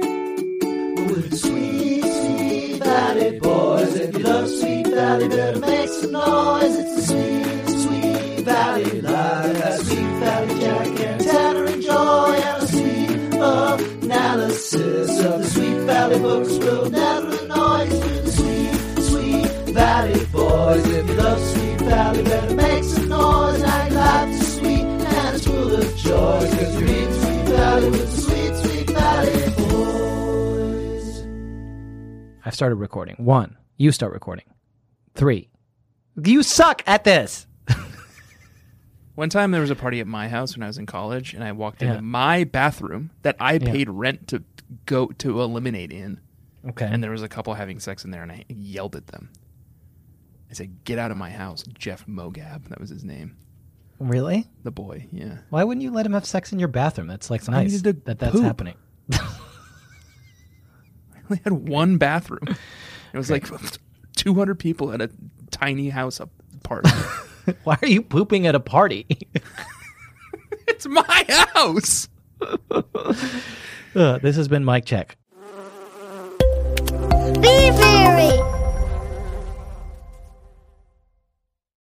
Speaker 1: With sweet, sweet valley boys. If you love Sweet Valley, better make some noise. It's the sweet, sweet valley life. A sweet valley jack and tanner enjoy and a sweet analysis of the sweet valley books will never annoy you. With the sweet, sweet valley boys. If you love Sweet Valley, better make some noise. And life is sweet and it's full of joy. Cause you read Sweet Valley with the sweet, sweet valley boys.
Speaker 2: I've started recording. One. You start recording. Three. You suck at this.
Speaker 5: One time there was a party at my house when I was in college, and I walked
Speaker 2: Yeah.
Speaker 5: into my bathroom that I paid rent to go to eliminate in,
Speaker 2: Okay.
Speaker 5: and there was a couple having sex in there, and I yelled at them. I said, "Get out of my house, Jeff Mogab." That was his name.
Speaker 2: Really?
Speaker 5: The boy. Yeah.
Speaker 2: Why wouldn't you let him have sex in your bathroom? That's like nice
Speaker 5: needed to
Speaker 2: that that's
Speaker 5: poop.
Speaker 2: happening.
Speaker 5: We had one bathroom. It was like 200 people at a tiny house up apartment.
Speaker 2: Why are you pooping at a party?
Speaker 5: it's my house.
Speaker 2: Uh, Ugh, this has been Mike Check.
Speaker 8: Be very